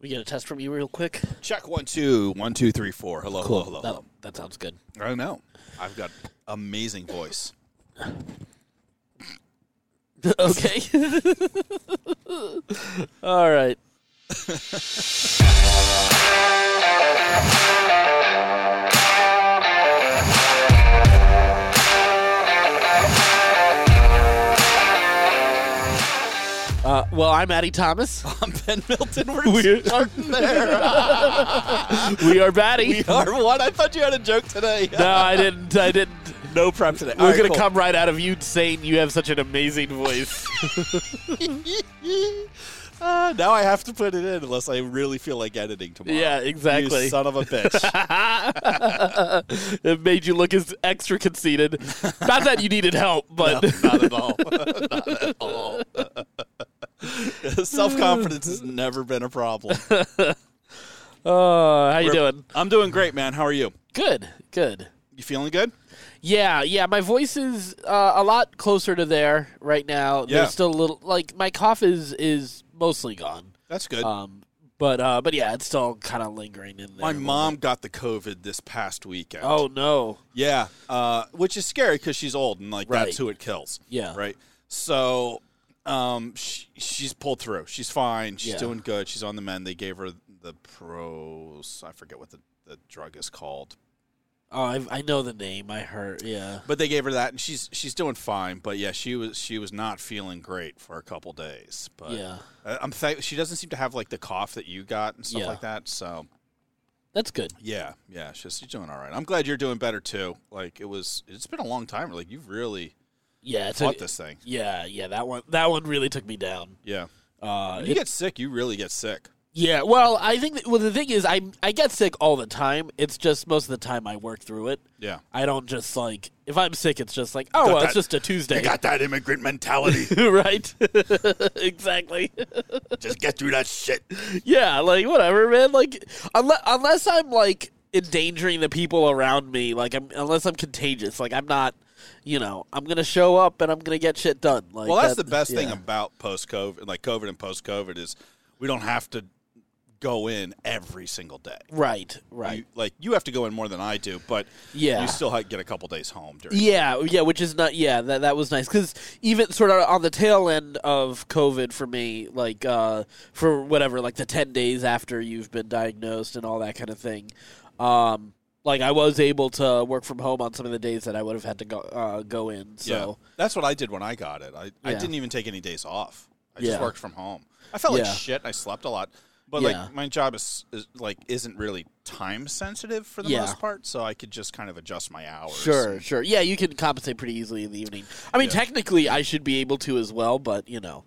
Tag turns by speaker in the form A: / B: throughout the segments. A: We get a test from you real quick.
B: Check one two one two three four. Hello, hello,
A: That,
B: hello,
A: Oh, that sounds good.
B: hello. I know. I've got amazing voice.
A: okay. All right. Uh, well, I'm Addie Thomas.
B: I'm Ben Milton. We're
A: We-
B: starting there.
A: We are Batty.
B: We are one. I thought you had a joke today.
A: No, I didn't. I didn't.
B: No prep today.
A: We're gonna come right out of you saying you have such an amazing voice.
B: Uh, now I have to put it in unless I really feel like editing tomorrow.
A: yeah, exactly.
B: You son of a bitch.
A: it made you look as extra conceited. Not that you needed help, but
B: Not at all. Not at all. Self confidence has never been a problem.
A: uh, how you doing?
B: I'm doing great, man. How are you?
A: Good, good.
B: You feeling good?
A: Yeah, yeah. My voice is uh, a lot closer to there right now.
B: Yeah.
A: There's still a little like my cough is is mostly gone.
B: That's good.
A: Um, but uh, but yeah, it's still kind of lingering in there.
B: My mom got the COVID this past weekend.
A: Oh no.
B: Yeah, uh, which is scary because she's old and like
A: Right. Uh-huh.
B: that's who it kills.
A: Yeah.
B: right. So, um, she, she's pulled through. She's fine. She's
A: Yeah.
B: doing good. She's on the mend. They gave her the pros. I forget what the, the drug is called,
A: Oh, I, I know the name. I heard. Yeah.
B: but they gave her that, and she's she's doing fine. But yeah, she was she was not feeling great for a couple days. But
A: Yeah.
B: I- I'm thank- she doesn't seem to have like the cough that you got and stuff
A: Yeah.
B: like that. So
A: That's good.
B: yeah, yeah, she's, she's doing all right. I'm glad you're doing better too. Like it was, it's been a long time. Like you've really
A: Yeah. It's a-
B: fought this thing.
A: Yeah, yeah. That one. That one really took me down.
B: Yeah.
A: Uh,
B: When you get sick, you really get sick.
A: Yeah, well, I think that, well the thing is I I get sick all the time. It's just most of the time I work through it.
B: Yeah.
A: I don't just like if I'm sick, it's just like oh well, it's
B: that-
A: just a Tuesday,
B: that immigrant mentality.
A: right? exactly.
B: Just get through that shit.
A: yeah, like whatever, man. Like unless unless I'm like endangering the people around me, like I'm unless I'm contagious, like I'm not. You know, I'm gonna show up and I'm gonna get shit done. Like
B: Well, that's
A: that-
B: the best thing
A: yeah.
B: about post COVID, like COVID and post COVID, is we don't have to go in every single day.
A: Right, right.
B: You, like you have to go in more than I do, but
A: Yeah.
B: you still ha- get a couple days home during.
A: Yeah, yeah, which is not yeah, that that was nice cuz even sort of on the tail end of COVID for me, like uh for whatever like the 10 days after you've been diagnosed and all that kind of thing. Um like I was able to work from home on some of the days that I would have had to go uh, go in.
B: Yeah.
A: So
B: that's what I did when I got it. I, I
A: Yeah.
B: didn't even take any days off. I
A: Yeah.
B: just worked from home. I felt
A: Yeah.
B: like shit. I slept a lot, but
A: Yeah.
B: like my job is, is like isn't really time sensitive for the
A: Yeah.
B: most part, so I could just kind of adjust my hours.
A: sure, sure. Yeah, you can compensate pretty easily in the evening. I mean, technically I should be able to as well, but you know,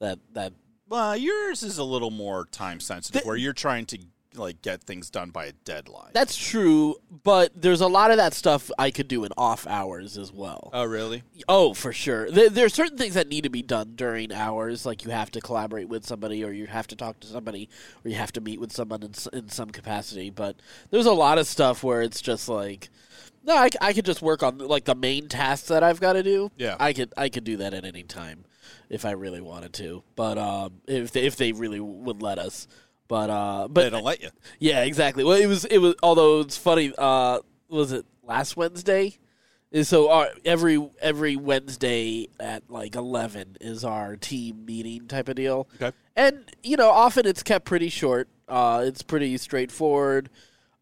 A: that that
B: Well, yours is a little more time sensitive,
A: Th-
B: where you're trying to like get things done by a deadline.
A: that's true, but there's a lot of that stuff I could do in off hours as well.
B: oh, really?
A: Oh, for sure. There, there are certain things that need to be done during hours, like you have to collaborate with somebody, or you have to talk to somebody, or you have to meet with someone in, s- in some capacity. But there's a lot of stuff where it's just like, no, I, c- I could just work on like the main tasks that I've got to do.
B: Yeah.
A: I could I could do that at any time if I really wanted to. But um, if they, if they really would let us. But uh,
B: They
A: but
B: don't let you.
A: yeah, exactly. Well, it was it was although it's funny. Uh, was it last Wednesday? Is so our, every every Wednesday at like eleven is our team meeting type of deal.
B: Okay.
A: And you know, often it's kept pretty short. Uh, it's pretty straightforward.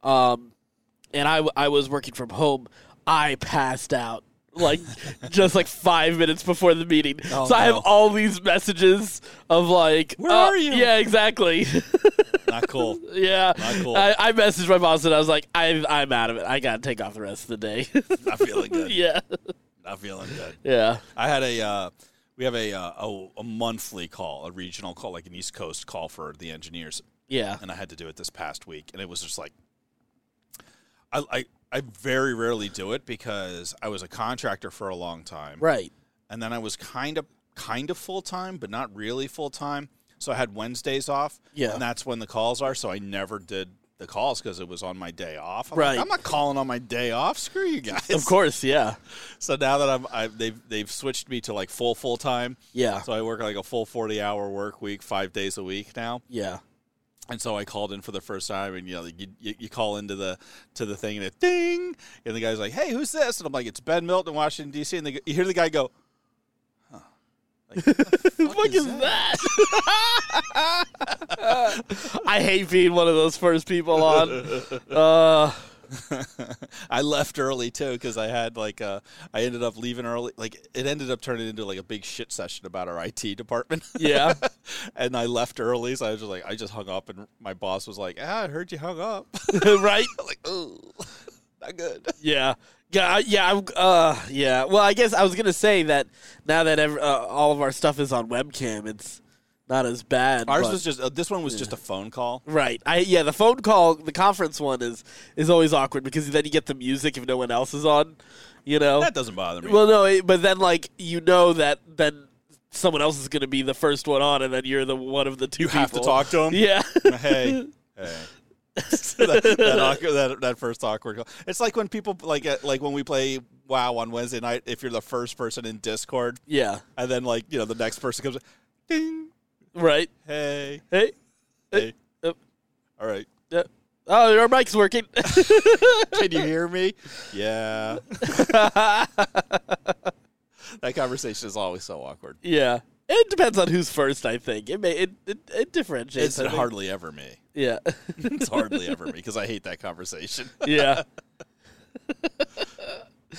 A: Um, and I, w- I was working from home. I passed out like just like five minutes before the meeting.
B: Oh,
A: so I have
B: no.
A: all these messages of like,
B: Where
A: uh,
B: are you?
A: Yeah, exactly.
B: Not cool.
A: Yeah,
B: Not cool.
A: I, I messaged my boss and I was like, I'm, I'm out of it. I gotta take off the rest of the day.
B: Not feeling good.
A: yeah,
B: Not feeling good.
A: yeah,
B: I had a uh, we have a, uh, a a monthly call, a regional call, like an East Coast call for the engineers,
A: yeah,
B: and I had to do it this past week, and it was just like, I I, I very rarely do it because I was a contractor for a long time,
A: right.
B: and then I was kind of kind of full time, but not really full time. So I had Wednesdays off,
A: Yeah.
B: and that's when the calls are. So I never did the calls because it was on my day off. I'm
A: Right.
B: like, I'm not calling on my day off. Screw you guys.
A: Of course, yeah,
B: So now that I'm, I, they've they've switched me to like full full time.
A: yeah,
B: So I work like a full forty hour work week, five days a week now.
A: yeah.
B: And so I called in for the first time, and you know, you, you, you call into the to the thing, and it ding, and the guy's like, "Hey, who's this?" And I'm like, "It's Ben Milton, in Washington D.C." And they, go- you hear the guy go, "Huh." Like, what the
A: What the fuck is that? I hate being one of those first people on. Uh,
B: I left early too because I had like uh, I ended up leaving early. Like it ended up turning into like a big shit session about our IT department.
A: yeah.
B: and I left early, so I was just like, I just hung up, and my boss was like, Ah, I heard you hung up.
A: right?
B: I'm like, ooh, not good.
A: Yeah. Yeah, I- yeah, I'm, uh, yeah. Well, I guess I was gonna say that now that ev- uh, all of our stuff is on webcam, it's not as bad.
B: Ours
A: but-
B: was just uh, this one was just a phone call.
A: right. I yeah, the phone call, the conference one is is always awkward because then you get the music if no one else is on. You know,
B: That doesn't bother me.
A: Well, no, it- but then like you know that then someone else is going to be the first one on, and then you're the one of the two.
B: you have to
A: people.
B: talk to him.
A: Yeah.
B: hey, hey. that, that, awkward, that, that first awkward call. It's like when people like uh, like when we play WoW on Wednesday night. If you're the first person in Discord,
A: yeah.
B: and then like you know the next person comes, ding,
A: Right.
B: hey,
A: Hey.
B: hey,
A: Uh,
B: all right.
A: uh, oh, our mic's working.
B: Can you hear me? Yeah. that conversation is always so awkward.
A: yeah. It depends on who's first. I think it may it it, it differentiates.
B: It's
A: I think.
B: hardly ever me.
A: Yeah.
B: It's hardly ever me because I hate that conversation.
A: yeah.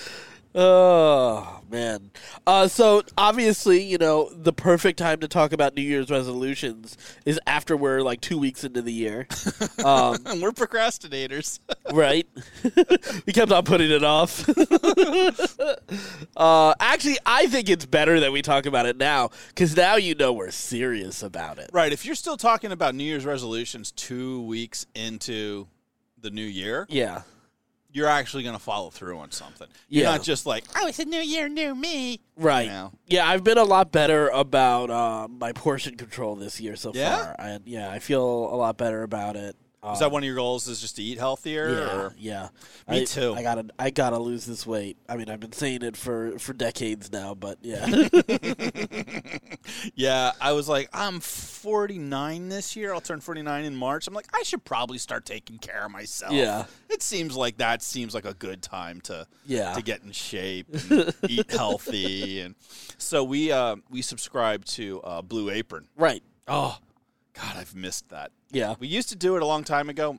A: oh man. Uh, so obviously, you know, the perfect time to talk about New Year's resolutions is after we're like two weeks into the year, um,
B: We're procrastinators.
A: right? we kept on putting it off. uh, actually, I think it's better that we talk about it now because now you know we're serious about it.
B: right. If you're still talking about New Year's resolutions two weeks into the new year,
A: Yeah.
B: you're actually going to follow through on something. You're
A: Yeah.
B: not just like, oh, it's a new year, new me.
A: Right.
B: know?
A: Yeah, I've been a lot better about um, my portion control this year so
B: Yeah?
A: far. I, yeah, I feel a lot better about it. Um,
B: Is that one of your goals is just to eat healthier?
A: yeah,
B: Or?
A: yeah.
B: Me
A: I,
B: too.
A: I gotta, I gotta lose this weight. I mean, I've been saying it for for decades now, but yeah,
B: Yeah, I was like, I'm 49 this year. I'll turn 49 in March. I'm like, I should probably start taking care of myself.
A: Yeah.
B: it seems like that seems like a good time to
A: Yeah.
B: to get in shape, and eat healthy, and so we uh, we subscribe to uh, Blue Apron.
A: right. Uh,
B: Oh, God, I've missed that.
A: Yeah,
B: We used to do it a long time ago,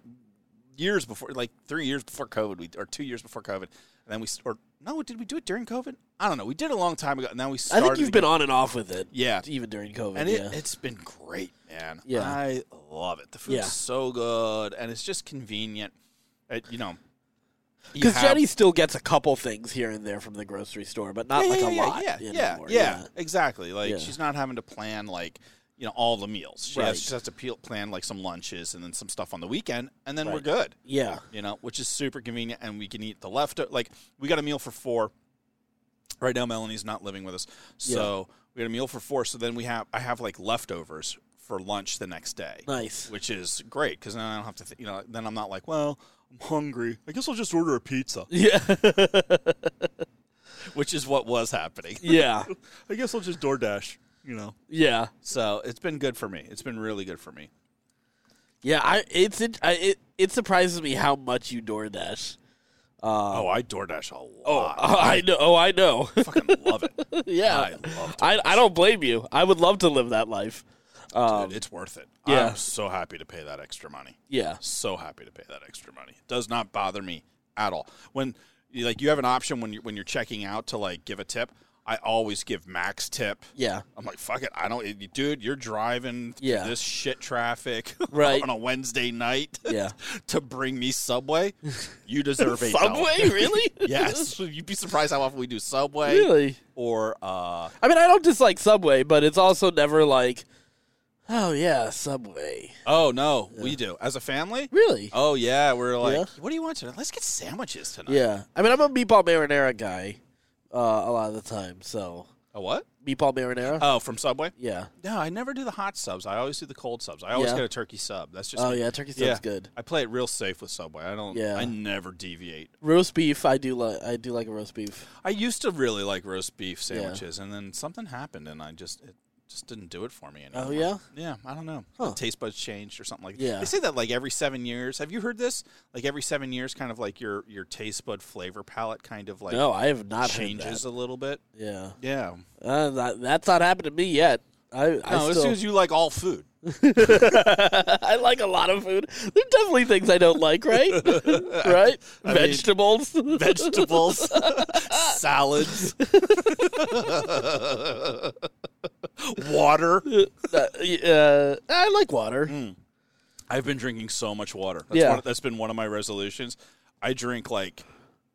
B: years before, like three years before COVID, we or two years before COVID, and then we s- or no, did we do it during COVID? I don't know. We did it a long time ago, and then we
A: I
B: started.
A: think you've
B: again.
A: been on and off with it.
B: yeah,
A: even during COVID.
B: and
A: yeah,
B: it, it's been great, man.
A: Yeah.
B: I love it. The food's
A: Yeah.
B: so good, and it's just convenient. It, you know, you
A: because
B: have-
A: Jenny still gets a couple things here and there from the grocery store, but not
B: yeah,
A: like
B: yeah,
A: a
B: yeah,
A: lot.
B: Yeah,
A: you know,
B: yeah,
A: more.
B: yeah, exactly. Like
A: Yeah.
B: she's not having to plan like you know all the meals. She,
A: Right.
B: has, she has to peel, plan like some lunches and then some stuff on the weekend, and then we're
A: Right.
B: good.
A: yeah,
B: You know, which is super convenient, and we can eat the leftover. Like we got a meal for four. Right now, Melanie's not living with us, so we got a meal for four. So then we have I have like leftovers for lunch the next day
A: nice.
B: which is great because then I don't have to, th- you know, then I'm not like, well, I'm hungry. I guess I'll just order a pizza,
A: Yeah,
B: which is what was happening.
A: yeah,
B: I guess I'll just DoorDash, you know.
A: yeah.
B: So it's been good for me. It's been really good for me.
A: Yeah, I it's it I, it, it surprises me how much you DoorDash. Uh,
B: oh, I DoorDash a
A: oh,
B: lot.
A: I know. Oh, I know.
B: I fucking love it. I
A: yeah,
B: love it.
A: I, I don't blame you. I would love to live that life. Um,
B: It's worth it.
A: yeah.
B: I'm so happy to pay that extra money.
A: yeah,
B: So happy to pay that extra money. It does not bother me at all. When you- like you have an option when you when you're checking out to like give a tip, I always give max tip.
A: yeah,
B: I'm like, fuck it. I don't, it- dude. You're driving through
A: Yeah.
B: this shit traffic
A: Right.
B: on a Wednesday night
A: yeah.
B: to bring me Subway. You deserve eight.
A: Subway, really?
B: yes, you'd be surprised how often we do Subway
A: really.
B: or uh,
A: I mean, I don't dislike Subway, but it's also never like, oh yeah, Subway.
B: oh no, we do as a family.
A: Really?
B: Oh yeah, we're like,
A: Yeah.
B: what do you want tonight? Let's get sandwiches tonight.
A: Yeah. I mean, I'm a meatball marinara guy uh, a lot of the time. So
B: A what?
A: meatball marinara.
B: Oh, from Subway.
A: yeah.
B: No, I never do the hot subs. I always do the cold subs. I always
A: Yeah.
B: get a turkey sub. That's just
A: Oh
B: me.
A: yeah, turkey sounds
B: Yeah.
A: good.
B: I play it real safe with Subway. I don't.
A: Yeah.
B: I never deviate.
A: Roast beef, I do like. I do like a roast beef.
B: I used to really like roast beef sandwiches, and then something happened, and I just it just didn't do it for me anymore.
A: Oh yeah.
B: Yeah, I don't know.
A: Huh.
B: Taste buds changed or something like that.
A: Yeah.
B: They say that like every seven years. Have you heard this? Like every seven years, kind of like your your taste bud flavor palette kind of like
A: no, I have not
B: changes
A: Heard
B: a little bit.
A: that. Yeah,
B: Yeah.
A: uh, that, that's not happened to me yet. I I,
B: No, as soon
A: still,
B: as you like all food.
A: I like a lot of food. There's definitely things I don't like, right? right?
B: I mean-
A: Vegetables.
B: Vegetables, salads, water.
A: Uh, uh, I like water.
B: Mm. I've been drinking so much water. That's
A: Yeah.
B: one, that's been one of my resolutions. I drink like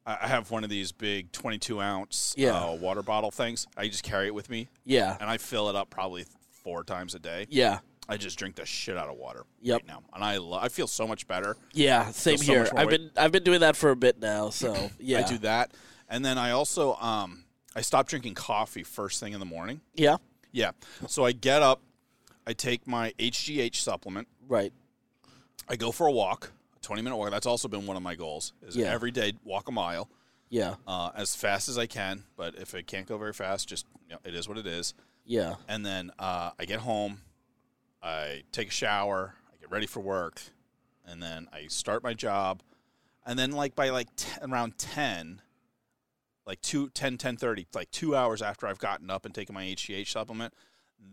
B: I I have one of these big 22 ounce
A: Yeah.
B: uh, water bottle things. I just carry it with me,
A: Yeah.
B: and I fill it up probably four times a day.
A: Yeah.
B: I just drink the shit out of water
A: Yep.
B: right now, and I lo- I feel so much better.
A: Yeah, same
B: so
A: here.
B: much more
A: I've
B: weight.
A: been I've been doing that for a bit now, so yeah.
B: I do that, and then I also um I stop drinking coffee first thing in the morning.
A: Yeah.
B: Yeah, so I get up, I take my HGH supplement,
A: Right.
B: I go for a walk, a 20 minute walk. That's also been one of my goals. Is
A: Yeah.
B: every day walk a mile.
A: Yeah.
B: uh, as fast as I can. But if it can't go very fast, just you know, it is what it is.
A: Yeah.
B: And then uh, I get home, I take a shower, I get ready for work, and then I start my job. And then like by like t- around ten, like two ten ten thirty, like two hours after I've gotten up and taken my HGH supplement,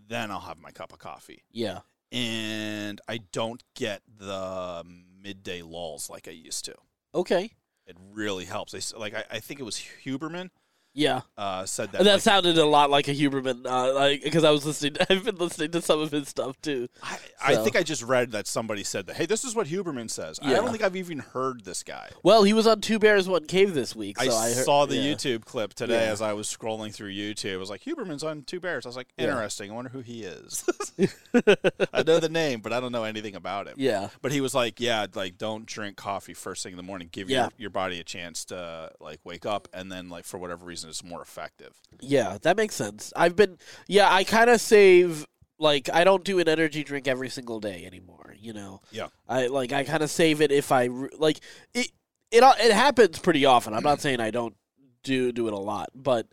B: then I'll have my cup of coffee.
A: Yeah.
B: And I don't get the midday lulls like I used to.
A: Okay.
B: It really helps. I, s- like I, I think it was Huberman
A: Yeah.
B: uh, said that.
A: That,
B: like,
A: sounded a lot like a Huberman, uh, like because I was listening. I've been listening to some of his stuff too.
B: I, I
A: so-
B: think I just read that somebody said that. Hey, this is what Huberman says. I
A: Yeah.
B: don't think I've even heard this guy.
A: Well, he was on Two Bears One Cave this week, so
B: I,
A: I, heard-
B: saw the
A: yeah.
B: YouTube clip today
A: Yeah.
B: as I was scrolling through YouTube. I was like, Huberman's on Two Bears. I was like,
A: Yeah.
B: interesting. I wonder who he is. I know the name, but I don't know anything about him.
A: Yeah.
B: But he was like, yeah, like don't drink coffee first thing in the morning. Give
A: Yeah.
B: your, your body a chance to like wake up, and then like for whatever reason, it's more effective.
A: Yeah, that makes sense. I've been yeah, I kind of save like I don't do an energy drink every single day anymore, you know.
B: Yeah.
A: I like I kind of save it if I re- like it it al- it happens pretty often. I'm not saying I don't do do it a lot, but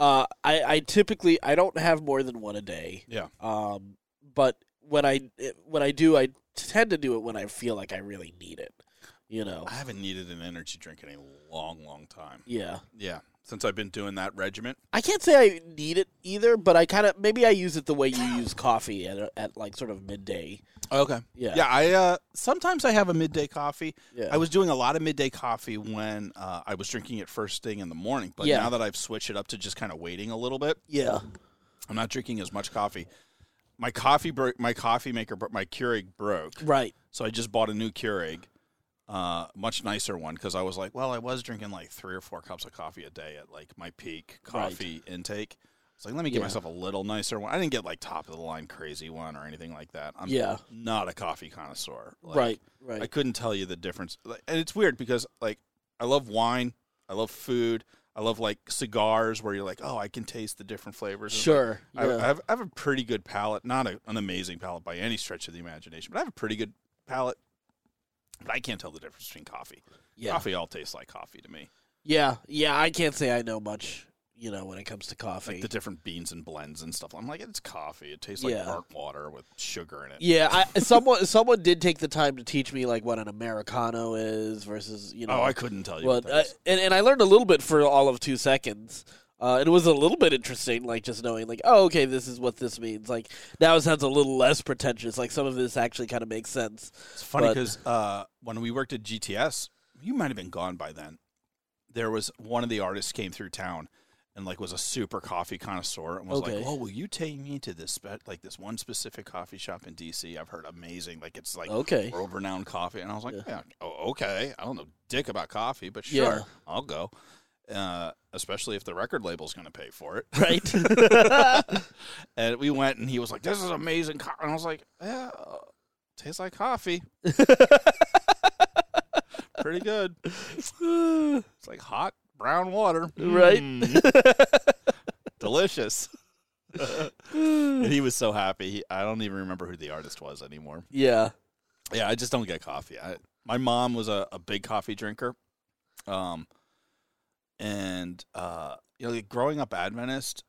A: uh I I typically I don't have more than one a day.
B: Yeah.
A: Um but when I when I do I tend to do it when I feel like I really need it, you know.
B: I haven't needed an energy drink in a long, long time.
A: Yeah.
B: Yeah, since I've been doing that regiment.
A: I can't say I need it either, but I kind of maybe I use it the way you use coffee at at like sort of midday.
B: Okay.
A: Yeah.
B: Yeah, I uh, sometimes I have a midday coffee.
A: Yeah.
B: I was doing a lot of midday coffee when uh, I was drinking it first thing in the morning, but
A: Yeah.
B: now that I've switched it up to just kind of waiting a little bit,
A: Yeah.
B: I'm not drinking as much coffee. My coffee bro- my coffee maker, bro- my Keurig broke,
A: Right.
B: so I just bought a new Keurig, uh, much nicer one because I was like, well, I was drinking like three or four cups of coffee a day at like my peak
A: Right.
B: coffee intake. So like, let me get
A: Yeah.
B: myself a little nicer one. I didn't get like top of the line crazy one or anything like that. I'm
A: Yeah.
B: not a coffee connoisseur. Like,
A: right.
B: I
A: Right.
B: couldn't tell you the difference. Like, And it's weird because like I love wine, I love food, I love like cigars where you're like, oh, I can taste the different flavors. It's like,
A: Sure.
B: I, I,
A: yeah.
B: have, I have a pretty good palate, not a, an amazing palate by any stretch of the imagination, but I have a pretty good palate. But I can't tell the difference between coffee.
A: yeah.
B: Coffee all tastes like coffee to me.
A: Yeah. Yeah. I can't say I know much, you know, when it comes to coffee.
B: Like the different beans and blends and stuff. I'm like, it's coffee. It tastes like
A: Yeah.
B: burnt water with sugar in it.
A: yeah. I, someone someone did take the time to teach me like what an americano is versus you know.
B: Oh, I couldn't tell you.
A: Well,
B: what that
A: I,
B: is.
A: and, and I learned a little bit for all of two seconds. Uh, it was a little bit interesting, like just knowing, like, oh, okay, this is what this means. Like now it sounds a little less pretentious. Like some of this actually kind of makes sense.
B: It's funny
A: But-
B: because uh, when we worked at GTS, you might have been gone by then. There was one of the artists came through town and like was a super coffee connoisseur and was
A: Okay.
B: like, "Oh, will you take me to this spe- like this one specific coffee shop in DC? I've heard amazing, like it's like
A: Okay,
B: world renowned coffee." And I was like,
A: Yeah.
B: yeah. oh, okay. I don't know dick about coffee, but
A: Yeah.
B: sure, I'll go." Uh, especially if the record label's going to pay for it.
A: right?
B: And we went, and he was like, "This is amazing," co-. and I was like, "Yeah, uh, tastes like coffee. Pretty good. It's like hot brown water,
A: Right.
B: Mm. Delicious." and he was so happy. He, I don't even remember who the artist was anymore.
A: yeah.
B: Yeah, I just don't get coffee. I, my mom was a, a big coffee drinker, um, and uh, you know, like, growing up Adventist,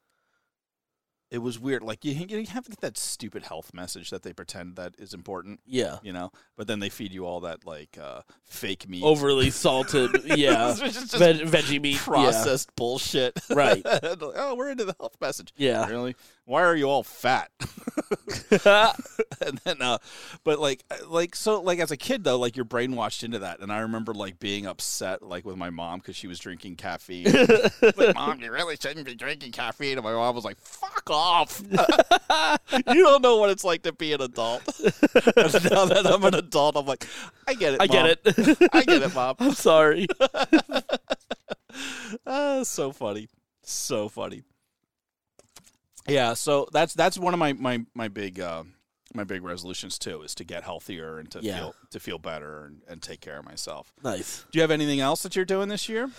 B: It was weird. Like you, you have to get that stupid health message that they pretend that is important,
A: Yeah.
B: you know. But then they feed you all that like uh, fake meat,
A: Overly salted, yeah.
B: It's just
A: Veg- veggie meat, yeah.
B: processed bullshit.
A: Right.
B: oh, we're into the health message.
A: Yeah.
B: Really? Why are you all fat? and then, uh, but like, like so, like as a kid though, like you're brainwashed into that. And I remember like being upset, like with my mom because she was drinking caffeine. like, mom, you really shouldn't be drinking caffeine. And my mom was like, "Fuck off! you don't know what it's like to be an adult." And now that I'm an adult, I'm like, I get it.
A: I
B: Mom.
A: get it.
B: I get it, mom.
A: I'm sorry.
B: Ah, so funny, so funny. Yeah, so that's that's one of my my my big uh, my big resolutions too is to get healthier and to
A: Yeah.
B: feel to feel better and, and take care of myself.
A: Nice.
B: Do you have anything else that you're doing this year?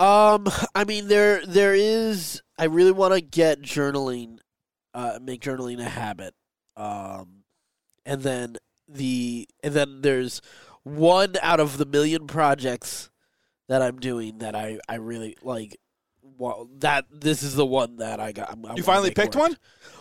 A: Um, I mean, there there is. I really want to get journaling, uh, make journaling a habit. Um, and then the and then there's one out of the million projects that I'm doing that I I really like. Well, that this is the one that I got. I'm- I
B: You
A: wanna
B: finally
A: make
B: picked
A: work.
B: one.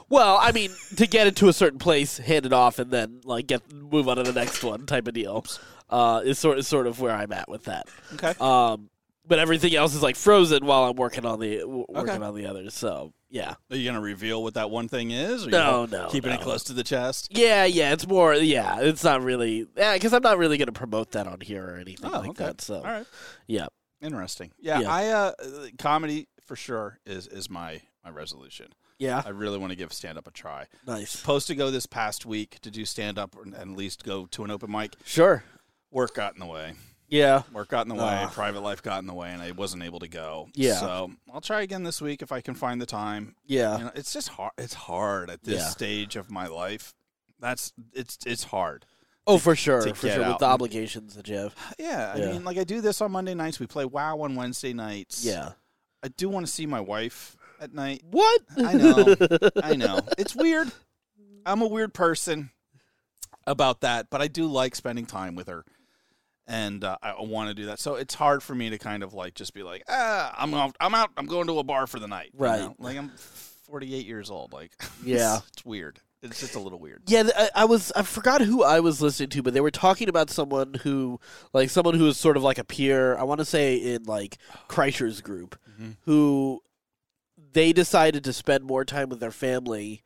A: Well, I mean, to get it to a certain place, hand it off, and then like get move on to the next one type of deal. Uh, is sort is sort of where I'm at with that.
B: Okay.
A: Um, but everything else is like frozen while I'm working on the w- working
B: Okay.
A: on the others. So yeah,
B: Are you gonna reveal what that one thing is? Or
A: No,
B: you
A: no,
B: Keeping it
A: no.
B: close to the chest.
A: yeah, yeah. It's more yeah. It's not really yeah because I'm not really going to promote that on here or anything
B: Oh,
A: like
B: okay.
A: that. So
B: All right.
A: yeah,
B: Interesting. Yeah,
A: Yeah.
B: I uh, comedy for sure is is my my resolution.
A: yeah,
B: I really want to give stand up a try.
A: nice.
B: Supposed to go this past week to do stand up and at least go to an open mic.
A: Sure.
B: Work got in the way.
A: Yeah.
B: Work got in the way.
A: Ah.
B: Private life got in the way, and I wasn't able to go.
A: Yeah.
B: So I'll try again this week if I can find the time.
A: Yeah.
B: You know, it's just hard. It's hard at this
A: Ah. Yeah.
B: stage of my life. That's it's it's hard.
A: Oh, for sure.
B: to
A: For
B: get
A: sure.
B: out
A: With the
B: and-
A: obligations that you have.
B: Yeah, I
A: Yeah.
B: mean, like I do this on Monday nights. We play WoW on Wednesday nights.
A: Yeah.
B: I do want to see my wife at night.
A: What?
B: I know. I know. It's weird. I'm a weird person about that, but I do like spending time with her. And uh, I want to do that. So it's hard for me to kind of like just be like, ah, I'm out, I'm out, I'm going to a bar for the night. you
A: Right.
B: know? Like I'm 48 years old. Like,
A: Yeah.
B: it's, it's weird. It's just a little weird.
A: Yeah, th- I, I was I forgot who I was listening to, but they were talking about someone who like someone who is sort of like a peer. I want to say in like Kreischer's group,
B: Mhm.
A: who they decided to spend more time with their family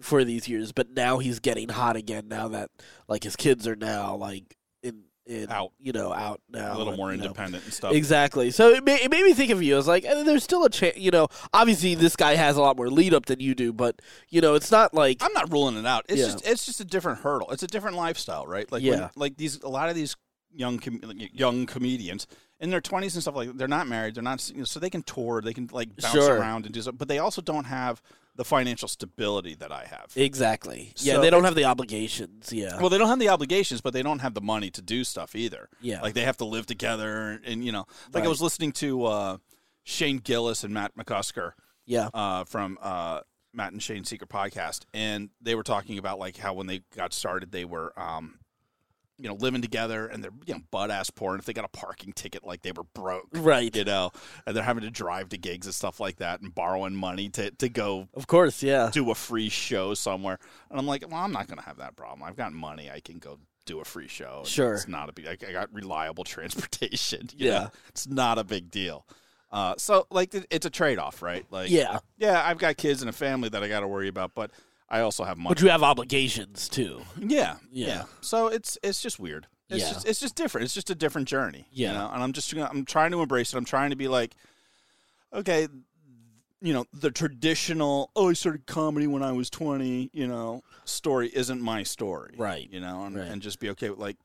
A: for these years, but now he's getting hot again. Now that like his kids are now like in in
B: Out.
A: you know, out now,
B: a little
A: and,
B: more
A: you know.
B: independent and stuff.
A: Exactly. So it, ma- it made me think of you. I was like, eh, there's still a chance, you know. Obviously, this guy has a lot more lead up than you do, but you know, it's not like
B: I'm not ruling it out. It's
A: Yeah.
B: just it's just a different hurdle. It's a different lifestyle, right? Like
A: Yeah.
B: when, like these a lot of these young com- like, young comedians in their 20s and stuff like they're not married, they're not you know, so they can tour, they can like bounce
A: Sure.
B: around and do stuff, but they also don't have the financial stability that I have.
A: Exactly. Yeah,
B: So
A: they don't have the obligations. Yeah.
B: well, they don't have the obligations, but they don't have the money to do stuff either.
A: yeah.
B: Like they have to live together and you know, like I
A: Right.
B: was listening to uh, Shane Gillis and Matt McCusker
A: yeah.
B: uh, from uh, Matt and Shane Secret podcast, and they were talking about like how when they got started, they were, um, you know, living together, and they're you know butt ass poor, and if they got a parking ticket, like they were broke,
A: Right.
B: you know, and they're having to drive to gigs and stuff like that, and borrowing money to to go
A: Of course, yeah.
B: do a free show somewhere, and I'm like, well, I'm not gonna have that problem. I've got money, I can go. Do a free show. and
A: Sure.
B: it's not a big. I I got reliable transportation. yeah,
A: Yeah.
B: it's not a big deal. Uh, so like, it- it's a trade off, right? Like,
A: Yeah.
B: yeah, I've got kids and a family that I got to worry about, but I also have money.
A: But you have obligations too.
B: yeah,
A: Yeah.
B: So it's it's just weird. It's
A: Yeah.
B: just it's just different. It's just a different journey.
A: Yeah.
B: You know? And I'm just gonna- I'm trying to embrace it. I'm trying to be like, okay, you know, the traditional oh I started comedy when I was 20. You know, story isn't my story.
A: Right.
B: You know, and,
A: Right.
B: and just be okay with like.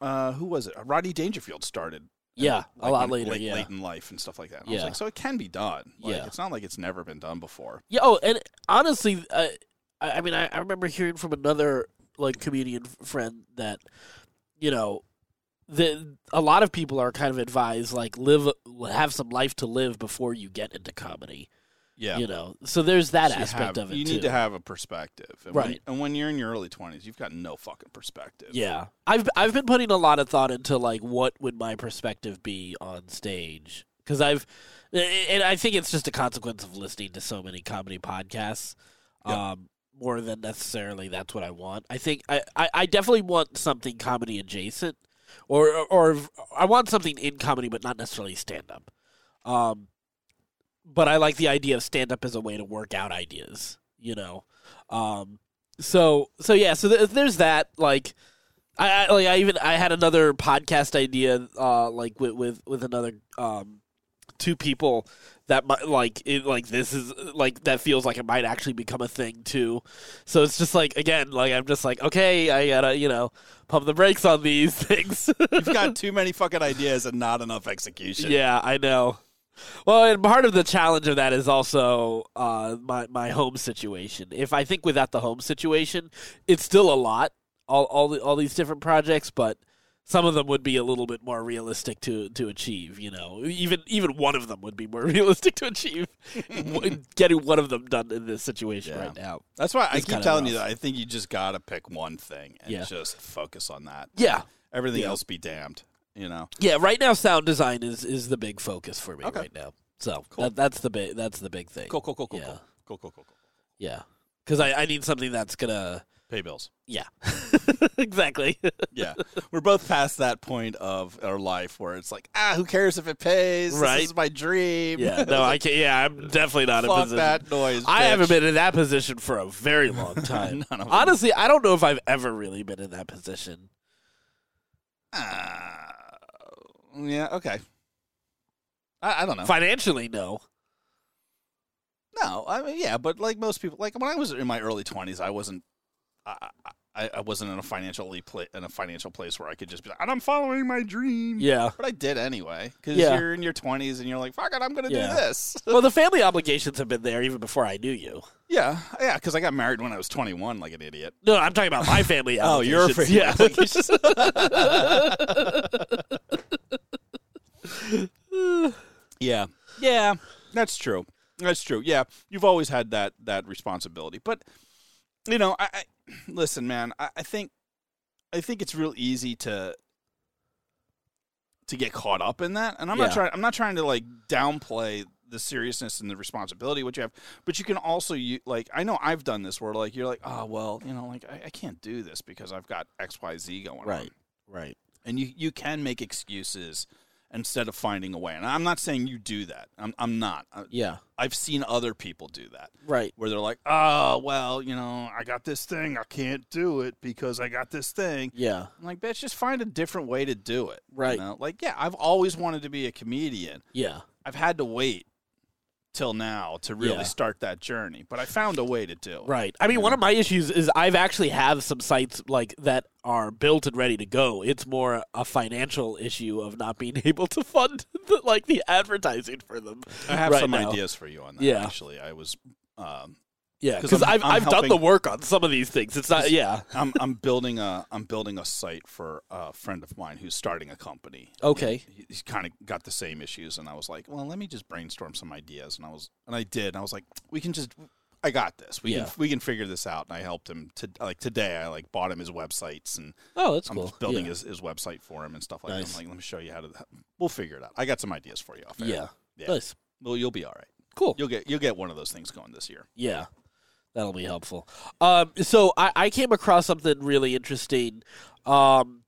B: Uh, who was it? Rodney Dangerfield started uh,
A: Yeah.
B: like,
A: a lot
B: when-
A: later,
B: late,
A: yeah.
B: late in life, and stuff like that. And I was
A: Yeah.
B: like, so it can be done. Like,
A: Yeah.
B: it's not like it's never been done before.
A: Yeah, oh, and honestly, uh, I, I mean, I, I remember hearing from another like comedian f- friend that you know, the a lot of people are kind of advised like live have some life to live before you get into comedy.
B: Yeah,
A: You know, so there's that
B: you
A: aspect
B: have-
A: of it.
B: You
A: too.
B: need to have a perspective, and When,
A: Right.
B: and when you're in your early twenties, you've got no fucking perspective.
A: Yeah, I've I've been putting a lot of thought into like what would my perspective be on stage because I've, and I think it's just a consequence of listening to so many comedy podcasts.
B: Yeah.
A: Um, more than necessarily that's what I want. I think I, I, I definitely want something comedy adjacent, or, or I want something in comedy, but not necessarily stand up. Um, but I like the idea of stand up as a way to work out ideas. You know, um, so so yeah, so th- there's that like. I, I like I even I had another podcast idea uh like with with, with another um two people that might like it, like this is like that feels like it might actually become a thing too. So it's just like again like I'm just like okay I gotta you know pump the brakes on these things.
B: You've got too many fucking ideas and not enough execution.
A: yeah, I know. Well, and part of the challenge of that is also uh, my my home situation. If I think without the home situation, it's still a lot. All all the, all these different projects, but some of them would be a little bit more realistic to to achieve. You know, even even one of them would be more realistic to achieve. Getting one of them done in this situation
B: Yeah.
A: right now.
B: That's why I
A: It's
B: keep
A: kinda
B: telling you
A: rough.
B: that I think you just got to pick one thing and
A: Yeah.
B: just focus on that.
A: Yeah,
B: Everything
A: Yeah.
B: else be damned, you know.
A: yeah. Right now, sound design is is the big focus for me
B: Okay.
A: right now. So
B: Cool.
A: that, that's the big that's the big thing.
B: Cool, cool, cool, cool,
A: Yeah.
B: cool. Cool, cool, cool, cool.
A: Yeah, because I I need something that's gonna.
B: Pay bills.
A: Yeah, exactly.
B: Yeah. We're both past that point of our life where it's like, ah, who cares if it pays?
A: Right.
B: This is my dream.
A: Yeah, no, I can't. Yeah, I'm definitely not in
B: Fuck
A: position.
B: that noise.
A: I
B: bitch.
A: haven't been in that position for a very long time.
B: None of us.
A: Honestly, I don't know if I've ever really been in that position.
B: Ah, yeah, okay. I, I don't know.
A: Financially, no.
B: No, I mean, yeah, but like most people, like when I was in my early twenties, I wasn't, I, I, I wasn't in a financially pla- in a financial place where I could just be like, and I'm following my dream.
A: Yeah.
B: But I did anyway because
A: Yeah.
B: you're in your twenties and you're like, fuck it, I'm gonna
A: Yeah.
B: do this.
A: Well, the family obligations have been there even before I knew you.
B: yeah, yeah, because I got married when I was 21, like an idiot.
A: No, I'm talking about my family.
B: Oh, you're
A: obligations.
B: family
A: yeah.
B: Yeah, yeah, that's true. That's true. Yeah, you've always had that that responsibility, but you know, I, I listen, man. I, I think I think it's real easy to to get caught up in that, and I'm not
A: Yeah.
B: trying. I'm not trying to like downplay the seriousness and the responsibility which you have, but you can also you like I know I've done this where like you're like, oh well, you know, like I, I can't do this because I've got X Y Z going on
A: Right. Right.
B: and you you can make excuses instead of finding a way. And I'm not saying you do that. I'm I'm not. I-
A: Yeah.
B: I've seen other people do that
A: Right.
B: where they're like, "Oh, well, you know, I got this thing, I can't do it because I got this thing."
A: Yeah.
B: I'm like, "Bitch, just find a different way to do it."
A: Right.
B: You know? Like, yeah, I've always wanted to be a comedian.
A: Yeah.
B: I've had to wait till now to really
A: Yeah.
B: start that journey, but I found a way to do it.
A: Right. I mean, one of my issues is I've actually have some sites like that are built and ready to go. It's more a financial issue of not being able to fund the, like the advertising for them.
B: I have
A: right
B: some
A: now.
B: ideas for you on that
A: Yeah.
B: actually. I was um,
A: Yeah,
B: 'Cause
A: because
B: I'm-
A: I've
B: I'm
A: I've done
B: helping-
A: the work on some of these things. It's not. Yeah.
B: I'm I'm building a I'm building a site for a friend of mine who's starting a company.
A: Okay.
B: He- He's kind of got the same issues, and I was like, well, let me just brainstorm some ideas, and I was and I did, and I was like, we can just. I got this. We
A: Yeah.
B: can we can figure this out. And I helped him to like today. I like bought him his websites and
A: Oh, that's
B: I'm
A: cool.
B: building
A: yeah.
B: his, his website for him and stuff like
A: Nice.
B: that. I'm like, let me show you how to. We'll figure it out. I got some ideas for you. Off air.
A: Yeah.
B: Yeah.
A: Nice.
B: Well, you'll be all right.
A: Cool.
B: You'll get you'll get one of those things going this year.
A: Yeah. That'll be helpful. Um, so I, I came across something really interesting. Um,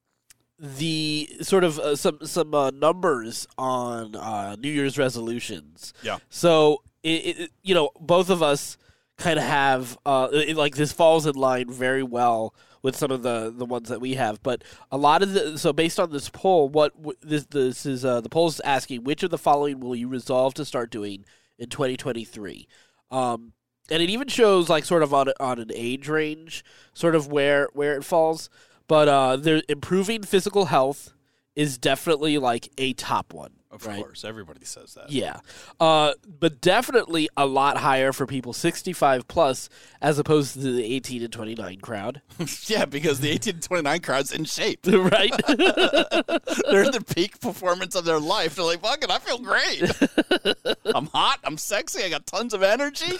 A: the sort of uh, some some uh, numbers on uh, New Year's resolutions.
B: Yeah.
A: So it, it, you know, both of us kind of have uh, it, like this falls in line very well with some of the the ones that we have. But a lot of the so based on this poll, what w- this this is uh, the poll is asking which of the following will you resolve to start doing in 2023. Um, and it even shows like sort of on on an age range, sort of where where it falls. But uh, there, improving physical health is definitely like a top one.
B: Of
A: right?
B: course, everybody says that.
A: Yeah. Uh, but definitely a lot higher for people 65 plus as opposed to the 18 and 29 crowd,
B: yeah, because the 18 to 29 crowd's in shape.
A: right?
B: They're at the peak performance of their life. They're like, fuck it, I feel great. I'm hot. I'm sexy. I got tons of energy.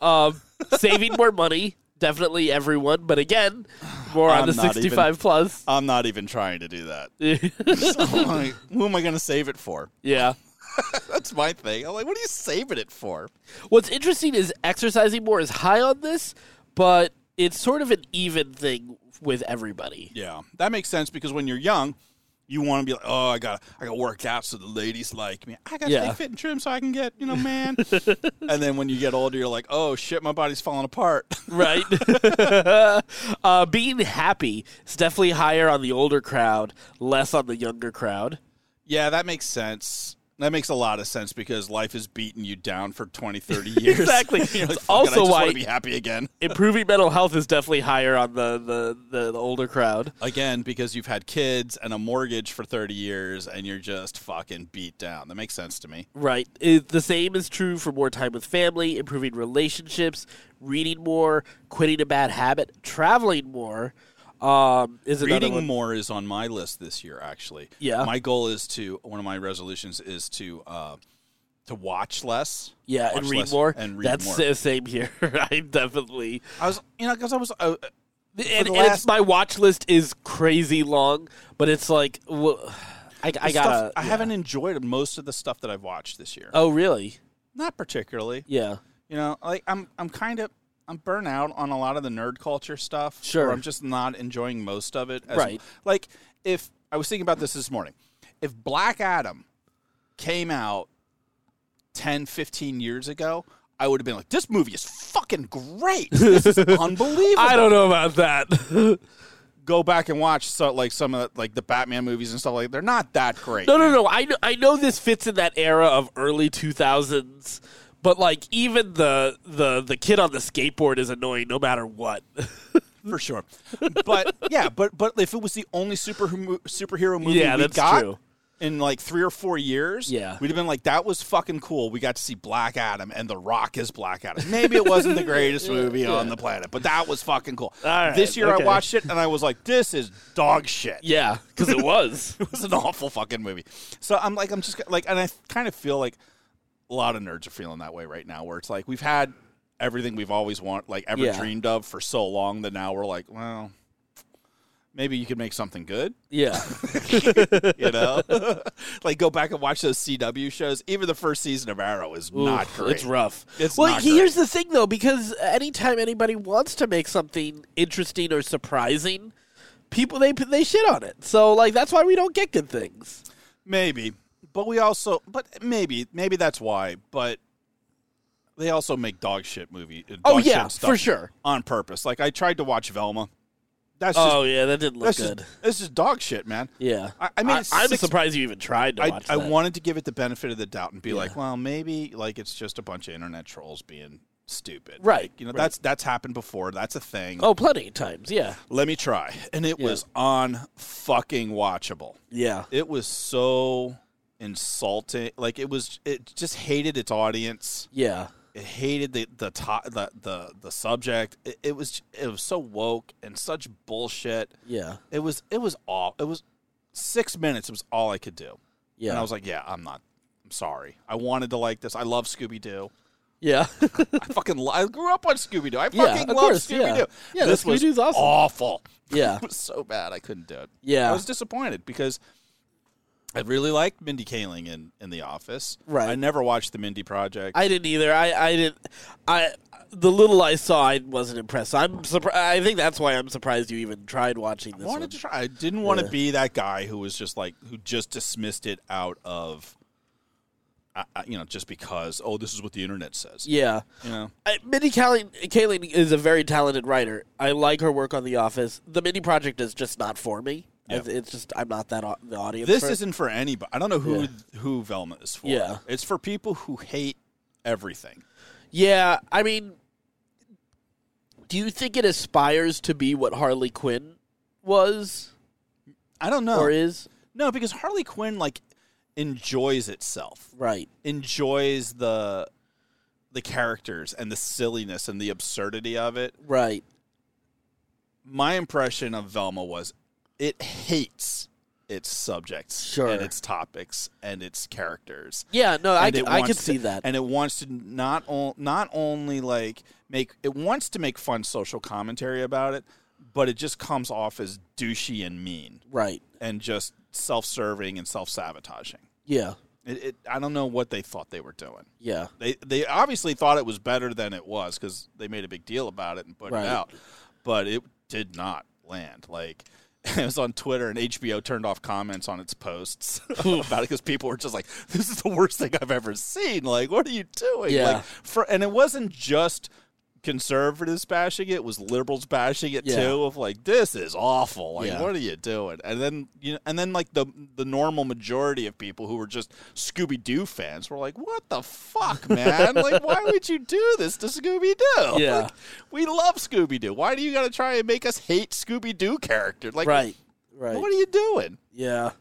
A: um, saving more money, definitely everyone. But again, more on
B: I'm
A: the
B: not even-
A: 65 plus.
B: I'm not even trying to do that.
A: yeah.
B: So I'm like, who am I going to save it for? That's my thing. I'm like, what are you saving it for?
A: What's interesting is exercising more is high on this, but it's sort of an even thing with everybody.
B: Yeah, that makes sense because when you're young, you want to be like, oh, I got I got work out so the ladies like me. I got to
A: Yeah.
B: stay fit and trim so I can get you know man. and then when you get older, you're like, oh shit, my body's falling apart.
A: Right? uh, being happy is definitely higher on the older crowd, less on the younger crowd.
B: yeah, that makes sense. That makes a lot of sense because life has beaten you down for 20, 30 years.
A: Exactly.
B: You're like,
A: It's
B: "Fuck it, I
A: also
B: just want
A: why-
B: to be happy again.
A: Improving mental health is definitely higher on the, the, the, the older crowd.
B: Again, because you've had kids and a mortgage for 30 years and you're just fucking beat down. That makes sense to me.
A: Right. It, the same is true for more time with family, improving relationships, reading more, quitting a bad habit, traveling more. Um, is another
B: Reading
A: one.
B: more is on my list this year, actually.
A: Yeah.
B: My goal is to, one of my resolutions is to, uh, to watch less.
A: Yeah,
B: watch
A: and read
B: less
A: more.
B: And read
A: That's
B: more.
A: the same here. I definitely.
B: I was, you know, because I was, uh,
A: And, and
B: the
A: it's-
B: last-
A: my watch list is crazy long, but it's like, well, I, I
B: the
A: gotta.
B: stuff- I
A: yeah.
B: haven't enjoyed most of the stuff that I've watched this year.
A: Oh, really?
B: Not particularly.
A: Yeah.
B: You know, like I'm, I'm kind of, I'm burnt out on a lot of the nerd culture stuff. or
A: Sure.
B: I'm just not enjoying most of it. as-
A: Right.
B: Like if I was thinking about this this morning, if Black Adam came out 10, 15 years ago. I would have been like, this movie is fucking great. This is unbelievable.
A: I don't know about that.
B: go back and watch so, like some of the, like the Batman movies and stuff like they're not that great.
A: No, no, no. I know, I know this fits in that era of early two thousands, but like even the the the kid on the skateboard is annoying no matter what.
B: for sure. But yeah, but but if it was the only super superhero movie
A: Yeah,
B: we
A: that's
B: got
A: true.
B: in like three or four years,
A: Yeah.
B: we'd have been like, that was fucking cool. We got to see Black Adam and The Rock is Black Adam. Maybe it wasn't the greatest movie on the planet, but that was fucking cool.
A: right,
B: this year
A: okay.
B: I watched it and I was like, this is dog shit.
A: yeah, because it was.
B: It was an awful fucking movie. So I'm like, I'm just like, and I kind of feel like a lot of nerds are feeling that way right now, where it's like we've had everything we've always want, like ever
A: Yeah.
B: dreamed of for so long that now we're like, well, maybe you could make something good,
A: yeah,
B: you know? like go back and watch those CW shows. Even the first season of Arrow is not
A: Oof,
B: great.
A: It's rough.
B: It's
A: well,
B: not
A: here's the thing though, because anytime anybody wants to make something interesting or surprising, people they they shit on it. So like that's why we don't get good things.
B: Maybe, but we also, but maybe, maybe that's why. But they also make dog shit movie. uh,
A: Oh,
B: dog
A: yeah,
B: shit stuff
A: for sure.
B: on purpose. Like I tried to watch Velma. That's just
A: Oh yeah, that didn't look
B: that's
A: good.
B: Just, this is dog shit, man.
A: yeah,
B: I- I made
A: I'm
B: six-
A: surprised you even tried to
B: I,
A: watch
B: I
A: that.
B: wanted to give it the benefit of the doubt and be like, well, maybe like it's just a bunch of internet trolls being stupid.
A: Right,
B: Like, you know,
A: right.
B: that's that's happened before. That's a thing.
A: oh, plenty of times. Yeah,
B: Let me try. And it was on fucking watchable.
A: yeah.
B: It was so insulting. Like it was it just hated its audience.
A: Yeah.
B: It hated the the to- the, the the subject. It, it was it was so woke and such bullshit.
A: Yeah.
B: It was it was all it was six minutes was all I could do.
A: Yeah.
B: And I was like, yeah, I'm not. I'm sorry. I wanted to like this. I love Scooby Doo.
A: yeah.
B: I fucking lo- I grew up on Scooby Doo. I fucking
A: Yeah,
B: love
A: of course, yeah.
B: Scooby Doo.
A: Yeah,
B: this
A: the
B: was
A: Scooby-Doo's awesome.
B: awful.
A: yeah.
B: It was so bad I couldn't do it.
A: Yeah.
B: I was disappointed because I really liked Mindy Kaling in in The Office.
A: Right.
B: I never watched the Mindy Project.
A: I didn't either. I, I didn't. I the little I saw, I wasn't impressed. I'm surpri- I think that's why I'm surprised you even tried watching this.
B: wanted
A: one.
B: to try. I didn't want
A: Yeah.
B: to be that guy who was just like who just dismissed it out of, I I- you know, just because oh this is what the internet says.
A: yeah.
B: You know.
A: I, Mindy Kaling, Kaling is a very talented writer. I like her work on The Office. The Mindy Project is just not for me.
B: Yeah.
A: It's- It's just I'm not that au- the audience.
B: This
A: for it.
B: isn't for anybody. I don't know who
A: Yeah.
B: who Velma is for.
A: Yeah.
B: It's for people who hate everything.
A: Yeah, I mean, do you think it aspires to be what Harley Quinn was
B: I don't know.
A: or is?
B: no, because Harley Quinn like enjoys itself.
A: Right.
B: Enjoys the the characters and the silliness and the absurdity of it.
A: Right.
B: My impression of Velma was it hates its subjects
A: Sure.
B: and its topics and its characters.
A: Yeah, no, I
B: And
A: could,
B: it
A: I
B: wants
A: could
B: to-
A: see that.
B: And it wants to not on, not only like make it wants to make fun social commentary about it, but it just comes off as douchey and mean
A: Right.
B: and just self-serving and self-sabotaging.
A: Yeah.
B: It, it, I don't know what they thought they were doing.
A: Yeah.
B: They they obviously thought it was better than it was because they made a big deal about it and put
A: Right.
B: it out, but it did not land. Like it was on Twitter and HBO turned off comments on its posts about it because people were just like, "This is the worst thing I've ever seen." Like, what are you doing?
A: Yeah.
B: Like, for, and it wasn't just conservatives bashing it, it was liberals bashing it
A: Yeah.
B: too of like this is awful like
A: Yeah.
B: what are you doing and then you know, and then like the the normal majority of people who were just scooby-doo fans were like what the fuck man like why would you do this to scooby-doo
A: Yeah.
B: Like, we love scooby-doo why do you gotta try and make us hate scooby-doo character like
A: Right. Right.
B: what are you doing
A: Yeah.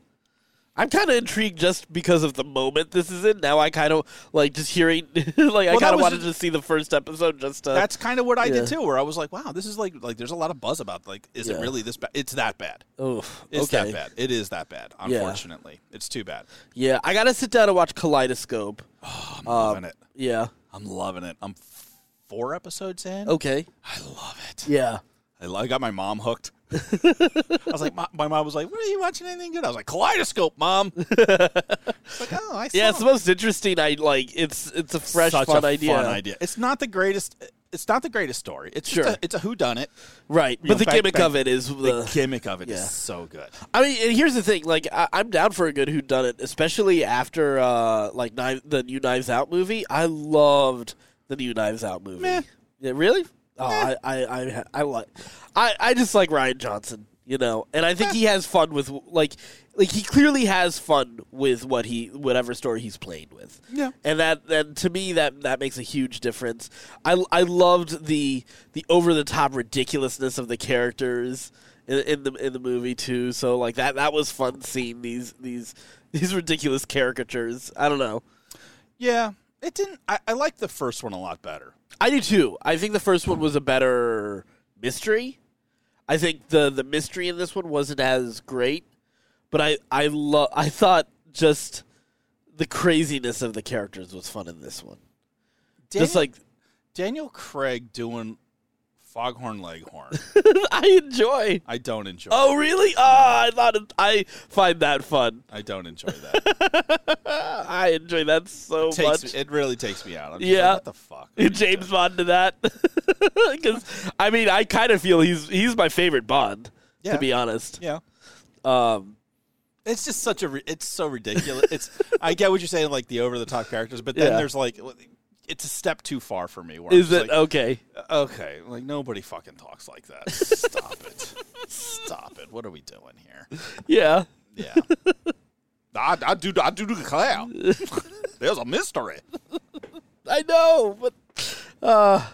A: I'm kind of intrigued just because of the moment this is in. Now I kind of like just hearing, like I
B: that
A: kind of
B: was
A: wanted
B: the-
A: to see the first episode just to.
B: that's kind of what i
A: Uh, Yeah.
B: did too where i was like wow this is like like there's a lot of buzz about like is
A: Yeah.
B: it really this bad it's that bad
A: Oof,
B: it's
A: okay.
B: that bad. It is that bad. Unfortunately, it's too bad. Oh,
A: Yeah, I gotta sit down and watch Kaleidoscope.
B: I'm
A: Um,
B: loving it.
A: Yeah.
B: I'm loving it. I'm f- four episodes in.
A: Okay.
B: I love it.
A: Yeah.
B: I, lo- I got my mom hooked. I was like, my, my mom was like, "What are you watching? Anything good?" I was like, "Kaleidoscope, mom." It's like, oh, I saw
A: Yeah, it's the most interesting. I like. It's it's a fresh,
B: Such
A: fun,
B: a
A: idea.
B: fun idea. It's not the greatest. It's not the greatest story. It's
A: Sure.
B: just a, it's a whodunit.
A: Right,
B: You
A: but
B: know,
A: the
B: back-
A: gimmick
B: back-
A: of it is
B: The
A: the.
B: gimmick of it is
A: yeah.
B: so good.
A: I mean, and here's the thing. Like, I, I'm down for a good Who Done It, especially after uh like Knives, the new Knives Out movie. I loved the new Knives Out movie.
B: Meh.
A: Yeah, really? Oh, I I I I like. I I just like Ryan Johnson, you know, and I think he has fun with like like he clearly has fun with what he whatever story he's playing with.
B: Yeah.
A: and that and to me that that makes a huge difference. I, I loved the the over the top ridiculousness of the characters in, in the in the movie too. So like that that was fun seeing these these these ridiculous caricatures. I don't know.
B: Yeah, it didn't. I, I like the first one a lot better.
A: I do too. I think the first one was a better mystery. I think the the mystery in this one wasn't as great, but I I love I thought just the craziness of the characters was fun in this one. Just like
B: Daniel Craig doing Foghorn Leghorn.
A: I enjoy.
B: I don't enjoy.
A: Oh, really? Ah, I thought it, I find that fun. Ah,
B: I don't enjoy that.
A: I enjoy that so
B: It,
A: much.
B: takes me- it really takes me out. I'm just
A: Yeah.
B: like, what the fuck?
A: James Bond to that, because I mean, I kind of feel he's he's my favorite Bond.
B: Yeah.
A: To be honest,
B: Yeah.
A: um,
B: It's just such a. ri- It's so ridiculous. It's. I get what you're saying, like the over the top characters, but then
A: Yeah.
B: there's like, it's a step too far for me. Where I'm
A: is
B: just
A: it
B: like, uh,
A: okay?
B: okay? Like nobody fucking talks like that. Stop it. Stop it. What are we doing here?
A: Yeah,
B: Yeah. I, I do. I do declare. There's a mystery.
A: I know, but uh,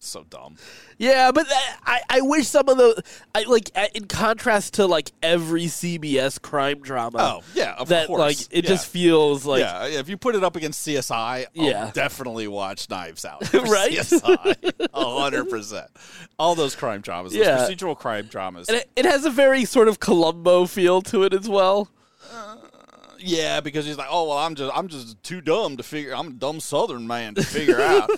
B: So dumb.
A: yeah, but I, I I wish some of the I like I- in contrast to like every CBS crime drama.
B: Oh yeah, of
A: that
B: course.
A: like it
B: Yeah.
A: just feels like
B: yeah, if you put it up against CSI,
A: Yeah.
B: I'll definitely watch Knives Out.
A: Right?
B: CSI, a hundred percent. All those crime dramas,
A: Yeah.
B: those procedural crime dramas.
A: and it, it has a very sort of Columbo feel to it as well.
B: yeah, because he's like, oh well, I'm just, I'm just too dumb to figure. I'm a dumb Southern man to figure out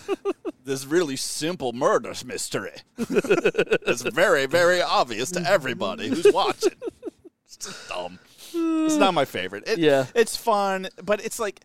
B: this really simple murder mystery. it's very, very obvious to everybody who's watching. It's just dumb. It's not my favorite. It,
A: Yeah.
B: it's fun, but it's like.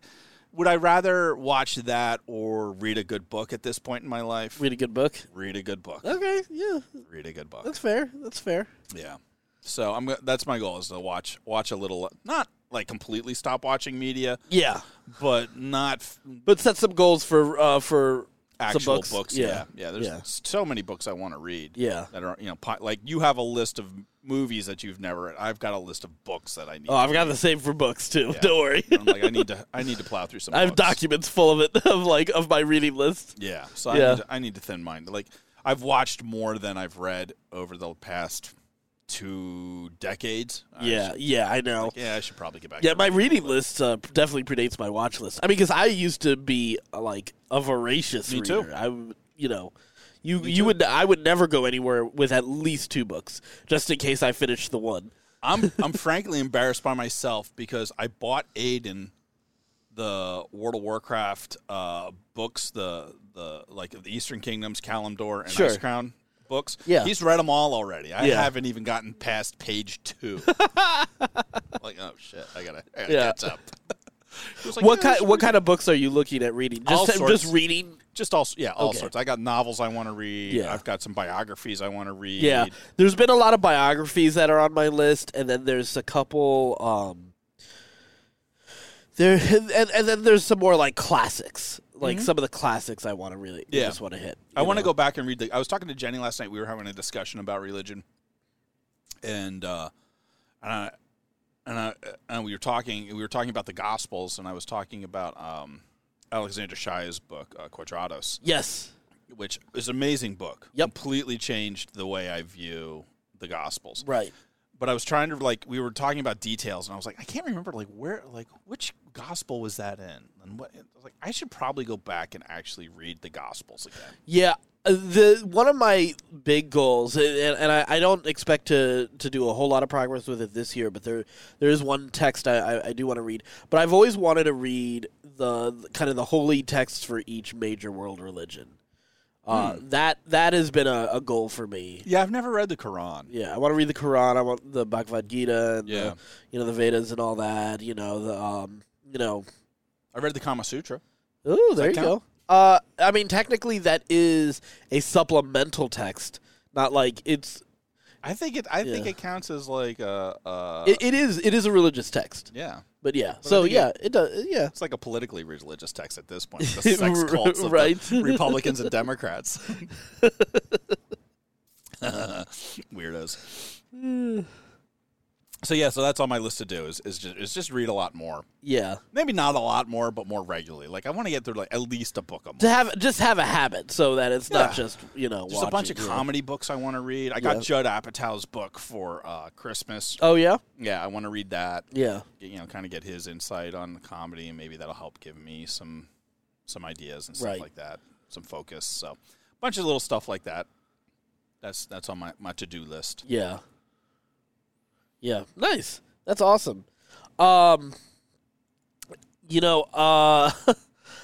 B: Would I rather watch that or read a good book at this point in my life?
A: Read a good book.
B: read a good book.
A: Okay, yeah,
B: Read a good book.
A: that's fair. That's fair.
B: Yeah. So I'm go- that's my goal is to watch watch a little not like completely stop watching media,
A: Yeah,
B: but not f-
A: but set some goals for uh, for some
B: actual
A: books.
B: Yeah. yeah. there's
A: yeah.
B: so many books I want to read.
A: Yeah.
B: That are, you know, po- like you have a list of movies that you've never read. I've got a list of books that I need.
A: Oh, I've got the same for books too. Don't worry.
B: I'm like I need to I need to plow through some
A: I have
B: books.
A: documents full of it of like of my reading list.
B: Yeah. So
A: Yeah.
B: I, need to, I need to thin mine. Like I've watched more than I've read over the past two decades. I
A: yeah, yeah, I know.
B: should- yeah, I should probably get back.
A: Yeah,
B: to
A: my reading list uh, definitely predates my watch list. I mean, because I used to be uh, like a voracious
B: Me too.
A: reader. I, would- you know, you you would I would never go anywhere with at least two books, just in case I finished the one.
B: I'm I'm frankly embarrassed by myself because I bought Aiden the World of Warcraft uh, books, the the like the Eastern Kingdoms, Kalimdor, and
A: Sure.
B: Ice Crown books.
A: Yeah.
B: he's read them all already. I
A: Yeah.
B: haven't even gotten past page two. like oh shit, I gotta, I gotta
A: Yeah.
B: catch up. was like,
A: what
B: yeah,
A: kind What kind of books are you looking at reading?
B: All
A: Just
B: sorts.
A: just reading.
B: Just all yeah, all
A: Okay.
B: sorts. I got novels I want to read.
A: Yeah.
B: I've got some biographies I want to read.
A: Yeah, there's been a lot of biographies that are on my list, and then there's a couple. Um, there and, and then there's some more like classics, like some of the classics I want to really
B: Mm-hmm. Yeah.
A: just want to hit.
B: I
A: you
B: want to
A: know?
B: go back and read the. I was talking to Jenny last night. We were having a discussion about religion, and uh, and I, and I, and we were talking. We were talking about the Gospels, and I was talking about um, Alexander Shia's book uh, Quadratus,
A: Yes,
B: which is an amazing book.
A: Yep.
B: completely changed the way I view the Gospels.
A: right.
B: But I was trying to like we were talking about details, and I was like, I can't remember like where like which Gospel was that in, and what I was like I should probably go back and actually read the Gospels again.
A: Yeah, uh, the one of my big goals, and, and I, I don't expect to, to do a whole lot of progress with it this year, but there there is one text I, I, I do want to read. But I've always wanted to read the kind of the holy texts for each major world religion. Uh, That that has been a, a goal for me.
B: Yeah, I've never read the Quran.
A: Yeah, I want to read the Quran. I want the Bhagavad Gita and
B: Yeah.
A: the, you know the Vedas and all that. You know the um you know
B: I read the Kama Sutra.
A: Oh, there you
B: that
A: go.
B: count?
A: Uh, I mean, technically, that is a supplemental text. Not like it's
B: I think it. I think
A: Yeah.
B: it counts as like a. Uh,
A: it, it is it is a religious text,
B: yeah,
A: but yeah.
B: I
A: so
B: think
A: yeah, it does. Yeah,
B: it's like a politically religious text at this point. The sex cults of the
A: Right.
B: Republicans and Democrats. Weirdos. So yeah, so that's on my list to do is, is just is just read a lot more.
A: yeah.
B: Maybe not a lot more, but more regularly. Like I want to get through like at least a book a month.
A: To have just have a habit so that it's not
B: Yeah.
A: just you know
B: There's a bunch of
A: watching, yeah.
B: comedy books I want to read. I got
A: Yeah.
B: Judd Apatow's book for uh, Christmas.
A: Oh yeah,
B: Yeah, I want to read that.
A: yeah.
B: you know kind of get his insight on the comedy and maybe that'll help give me some some ideas and stuff
A: Right.
B: like that some focus so bunch of little stuff like that that's that's on my, my to-do list
A: Yeah. Yeah. Nice. That's awesome. Um you know, uh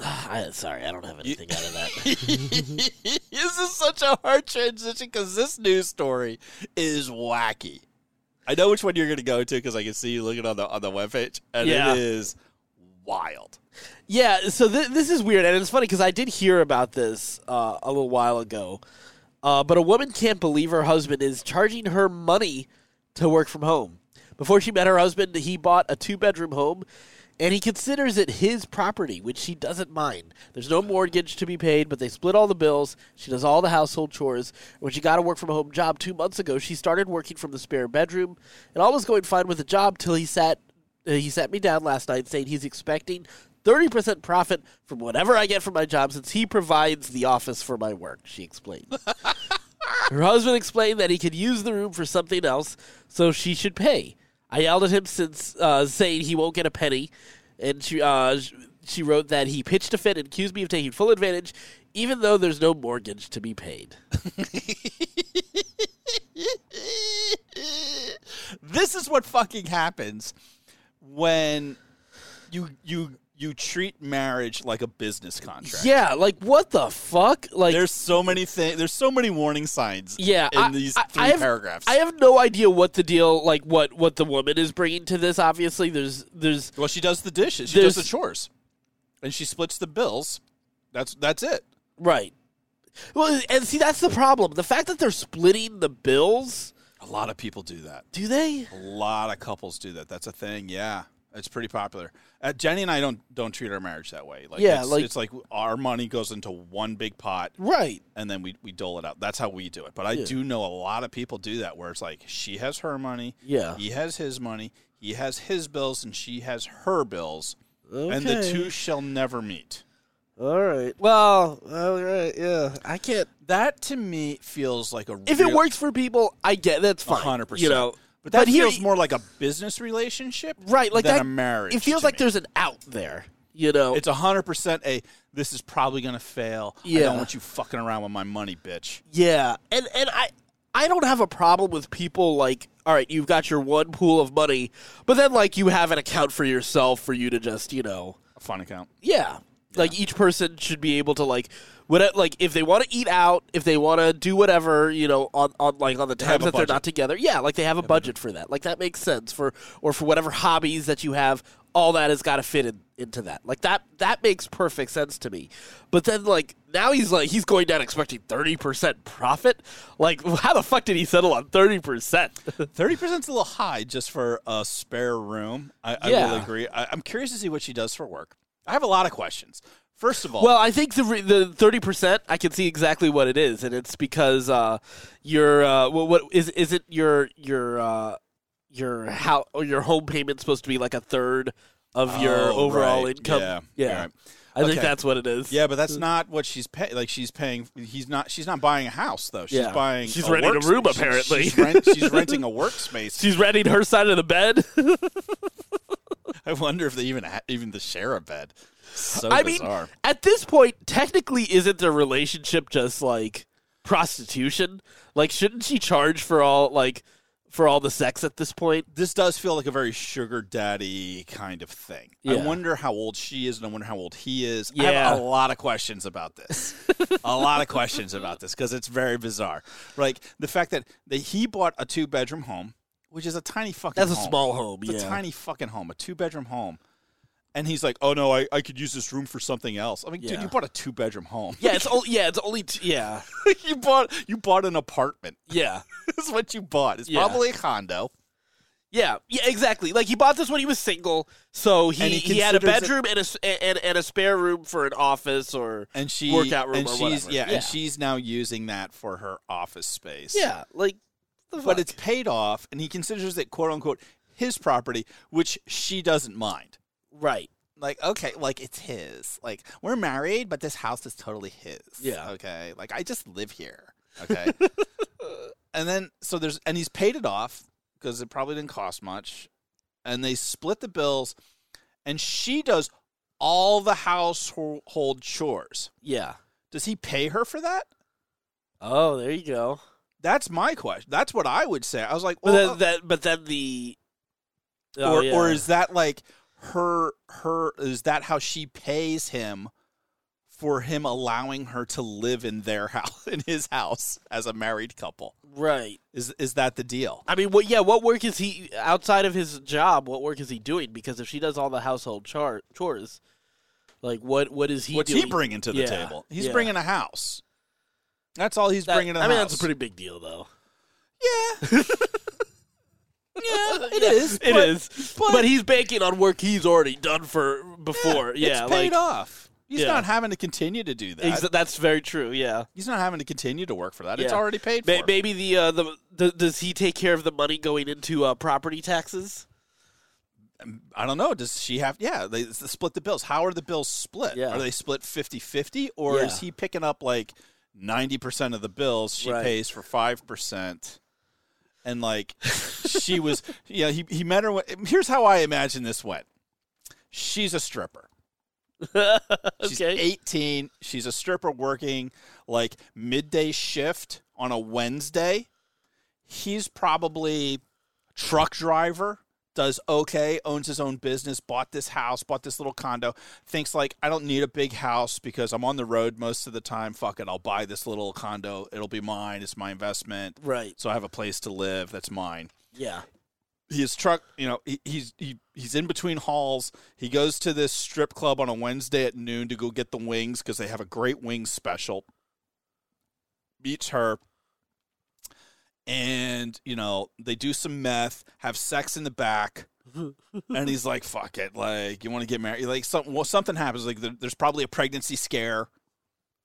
A: I, sorry, I don't have anything out of that.
B: this is such a hard transition because this news story is wacky i know which one you're going to go to because i can see you looking on the on the webpage and
A: Yeah.
B: it is wild
A: Yeah, so th- this is weird, and it's funny because I did hear about this uh, a little while ago. Uh, but a woman can't believe her husband is charging her money to work from home. Before she met her husband, he bought a two bedroom home, and he considers it his property, which she doesn't mind. There's no mortgage to be paid, but they split all the bills. She does all the household chores. When she got a work from home job two months ago, she started working from the spare bedroom, and all was going fine with the job till he sat uh, he sat me down last night saying he's expecting 30% profit from whatever I get from my job since he provides the office for my work, she explained. Her husband explained that he could use the room for something else, so she should pay. I yelled at him since uh, saying he won't get a penny, and she uh, sh- she wrote that he pitched a fit and accused me of taking full advantage, even though there's no mortgage to be paid.
B: this is what fucking happens when you you you treat marriage like a business contract.
A: Yeah, like what the fuck? Like
B: There's so many things. There's so many warning signs.
A: yeah,
B: in
A: I-
B: these
A: I- I
B: three
A: have-
B: paragraphs.
A: I have no idea what the deal, like what what the woman is bringing to this. Obviously, there's there's
B: well, she does the dishes. She does the
A: There's-
B: chores, and she splits the bills. That's that's it.
A: right. Well, and see that's the problem. The fact that they're splitting the bills,
B: A lot of people do that.
A: do they?
B: A lot of couples do that. That's a thing. Yeah, it's pretty popular. Uh, Jenny and I don't don't treat our marriage that way. Like
A: Yeah,
B: it's,
A: like-
B: it's like our money goes into one big pot.
A: Right.
B: and then we, we dole it out. That's how we do it. But I
A: Yeah.
B: do know a lot of people do that where it's like she has her money,
A: Yeah.
B: he has his money, he has his bills, and she has her bills, and the
A: Okay.
B: two shall never meet.
A: All right. Well, all right. Yeah, I can't.
B: That to me feels like a
A: If
B: real,
A: it works for people, I get that's fine.
B: hundred percent.
A: You know,
B: but that
A: here-
B: feels more like a business relationship,
A: right. Like
B: than
A: that
B: a marriage.
A: It feels
B: to
A: like
B: me.
A: there's an out there. You know.
B: It's hundred percent a. This is probably gonna fail. I
A: Yeah.
B: don't want you fucking around with my money, bitch.
A: yeah, and and I I don't have a problem with people like. All right, you've got your one pool of money, but then like you have an account for yourself for you to just you know.
B: A fun account.
A: Yeah. Like each person should be able to like what like if they want to eat out, if they want to do whatever, you know, on, on like on the
B: have
A: times
B: a
A: that they're
B: budget.
A: not together. Yeah, like they have a budget for that. Like that makes sense for or for whatever hobbies that you have, all that has got to fit in, into that. Like that that makes perfect sense to me. But then like now he's like he's going down expecting 30% profit. Like how the fuck did he settle on 30%?
B: Thirty percent's a little high just for a spare room. I, I will
A: Yeah.
B: agree. I, I'm curious to see what she does for work. I have a lot of questions. First of all,
A: Well, I think the re- the thirty percent I can see exactly what it is, and it's because uh, your uh, what, what is is it your your uh, your how or your home payment supposed to be like a third of your
B: Oh,
A: overall
B: right.
A: income?
B: Yeah. Right.
A: I
B: Okay.
A: think that's what it is.
B: yeah, but that's not what she's paying. Like she's paying. He's not. She's not buying a house though. She's
A: Yeah.
B: buying.
A: She's
B: a
A: renting a
B: works-
A: room,
B: she's-
A: apparently.
B: she's, rent- she's renting a workspace.
A: she's renting her side of the bed.
B: I wonder if they even ha- even the share a bed. So
A: I mean,
B: bizarre.
A: at this point, technically, isn't their relationship just like prostitution? Like, shouldn't she charge for all like for all the sex at this point?
B: this does feel like a very sugar daddy kind of thing. I
A: Yeah.
B: wonder how old she is, and I wonder how old he is. I
A: Yeah.
B: have a lot of questions about this. a lot of questions about this because it's very bizarre. Like the fact that, that he bought a two bedroom home, which is a tiny fucking.
A: That's a
B: home.
A: small home.
B: It's
A: yeah.
B: a tiny fucking home, a two bedroom home. And he's like, "Oh no, I, I could use this room for something else." I mean, dude,
A: Yeah.
B: you bought a two bedroom home.
A: Yeah, it's only yeah, it's only t- yeah,
B: you bought you bought an apartment.
A: yeah,
B: That's what you bought. It's
A: Yeah.
B: probably a condo.
A: yeah, yeah. Exactly. Like he bought this when he was single, so he
B: And
A: he,
B: he
A: had a
B: considers it-
A: bedroom and a s- and and a spare room for an office or
B: and she
A: workout room
B: and
A: or
B: she's
A: whatever.
B: Yeah,
A: Yeah.
B: and she's now using that for her office space.
A: yeah, like. The
B: but
A: fuck?
B: it's paid off, and he considers it quote unquote his property, which she doesn't mind.
A: right.
B: Like okay, like it's his. Like we're married, but this house is totally his.
A: Yeah.
B: Okay. Like I just live here. Okay. and then so there's and he's paid it off because it probably didn't cost much, and they split the bills, and she does all the household chores.
A: Yeah.
B: Does he pay her for that?
A: Oh, there you go.
B: That's my question. That's what I would say. I was like,
A: But
B: well,
A: then, that, but then the.
B: uh,
A: oh,
B: or,
A: yeah.
B: or is that like her her is that how she pays him for him allowing her to live in their house in his house as a married couple?
A: right?
B: Is is that the deal?
A: I mean, what? Yeah, what work is he outside of his job? What work is he doing? Because if she does all the household char- chores, like what? What is he
B: What's
A: doing?
B: he bringing to the
A: Yeah,
B: table? He's
A: yeah.
B: bringing a house. That's all he's
A: That-
B: bringing to the
A: I mean,
B: house.
A: that's a pretty big deal, though.
B: yeah. yeah, it
A: Yeah,
B: is.
A: It
B: but
A: is.
B: but-
A: But, he's banking on work he's already done for before. Yeah,
B: it's paid
A: like
B: off. He's
A: Yeah.
B: not having to continue to do that.
A: exa- that's very true. Yeah.
B: He's not having to continue to work for that. It's
A: Yeah.
B: already paid for.
A: May- Maybe the uh, the d- does he take care of the money going into uh, property taxes?
B: I don't know. Does she have? Yeah, they s- split the bills. How are the bills split?
A: Yeah.
B: Are they split 50 50 or
A: Yeah.
B: is he picking up like 90% of the bills? She
A: Right.
B: pays for 5%. And like she was, yeah, he, he met her. When, here's how I imagine this went she's a stripper. She's
A: Okay.
B: 18. She's a stripper working like midday shift on a Wednesday. He's probably truck driver, does okay, owns his own business, bought this house, bought this little condo, thinks like I don't need a big house because I'm on the road most of the time. Fuck it, I'll buy this little condo. It'll be mine. It's my investment.
A: Right.
B: So I have a place to live that's mine
A: Yeah.
B: his truck you know he, he's he, he's in between halls he goes to this strip club on a wednesday at noon to go get the wings because they have a great wings special meets her and you know they do some meth have sex in the back and he's like fuck it like you want to get married like something well, something happens like there- there's probably a pregnancy scare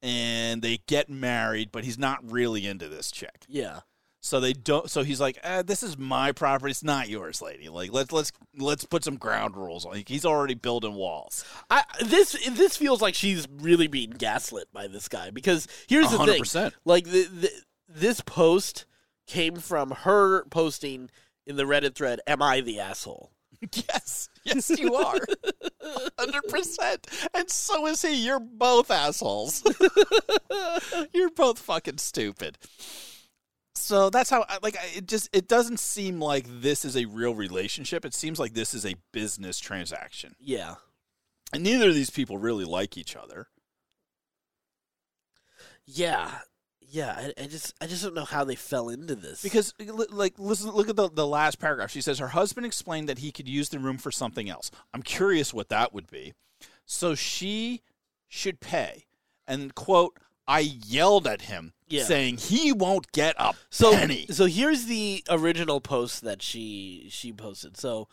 B: and they get married but he's not really into this chick
A: Yeah.
B: so they don't. So he's like, eh, "This is my property. It's not yours, lady. Like let's let's let's put some ground rules on." Like, he's already building walls.
A: I this this feels like she's really being gaslit by this guy because here's the thing.
B: 100%.
A: Like the, the, this post came from her posting in the Reddit thread. Am I the asshole?
B: Yes, yes, you are, hundred percent. And so is he. You're both assholes. You're both fucking stupid. So that's how. I- Like I- it just it doesn't seem like this is a real relationship. It seems like this is a business transaction.
A: Yeah.
B: And neither of these people really like each other.
A: Yeah, yeah. I, I just I just don't know how they fell into this
B: Because, li- like, listen, look at the, the last paragraph. She says her husband explained that he could use the room for something else. I'm curious what that would be. So she should pay. And, quote, I yelled at him
A: Yeah.
B: saying he won't get a
A: so
B: penny.
A: so here's the original post that she she posted. So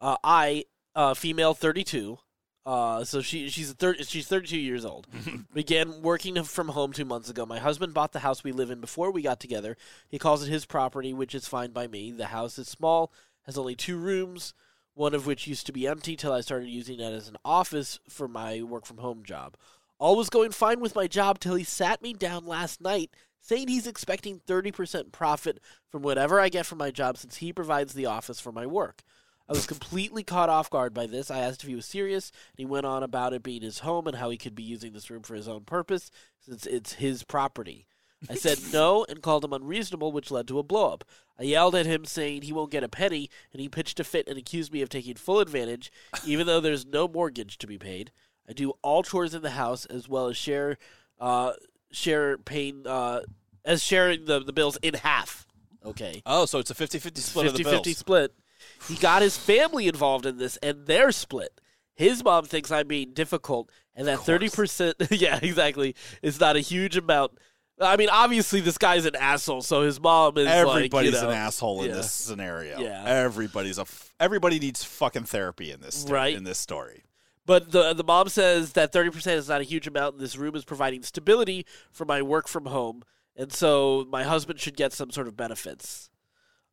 A: uh, I uh, female 32. Uh, so she she's a thir- she's 32 years old. Began working from home two months ago. My husband bought the house we live in before we got together. He calls it his property, which is fine by me. The house is small, has only two rooms, one of which used to be empty till I started using it as an office for my work from home job. All was going fine with my job till he sat me down last night saying he's expecting 30% profit from whatever I get from my job since he provides the office for my work. I was completely caught off guard by this. I asked if he was serious, and he went on about it being his home and how he could be using this room for his own purpose since it's his property. I said no and called him unreasonable, which led to a blow up. I yelled at him saying he won't get a penny, and he pitched a fit and accused me of taking full advantage, even though there's no mortgage to be paid. I do all chores in the house as well as share uh, share paying uh, as sharing the, the bills in half. Okay.
B: oh, so it's a 50 50 split of the
A: 50
B: bills.
A: 50 split. He got his family involved in this and they're split. His mom thinks I'm being difficult and that 30%, yeah, exactly, is not a huge amount. I mean, obviously, this guy's an asshole, so his mom is
B: Everybody's
A: like, you know,
B: an asshole in
A: yeah.
B: this scenario.
A: Yeah.
B: Everybody's a f- everybody needs fucking therapy in this sto-
A: Right.
B: in this story.
A: But the the mom says that thirty percent is not a huge amount, and this room is providing stability for my work from home, and so my husband should get some sort of benefits.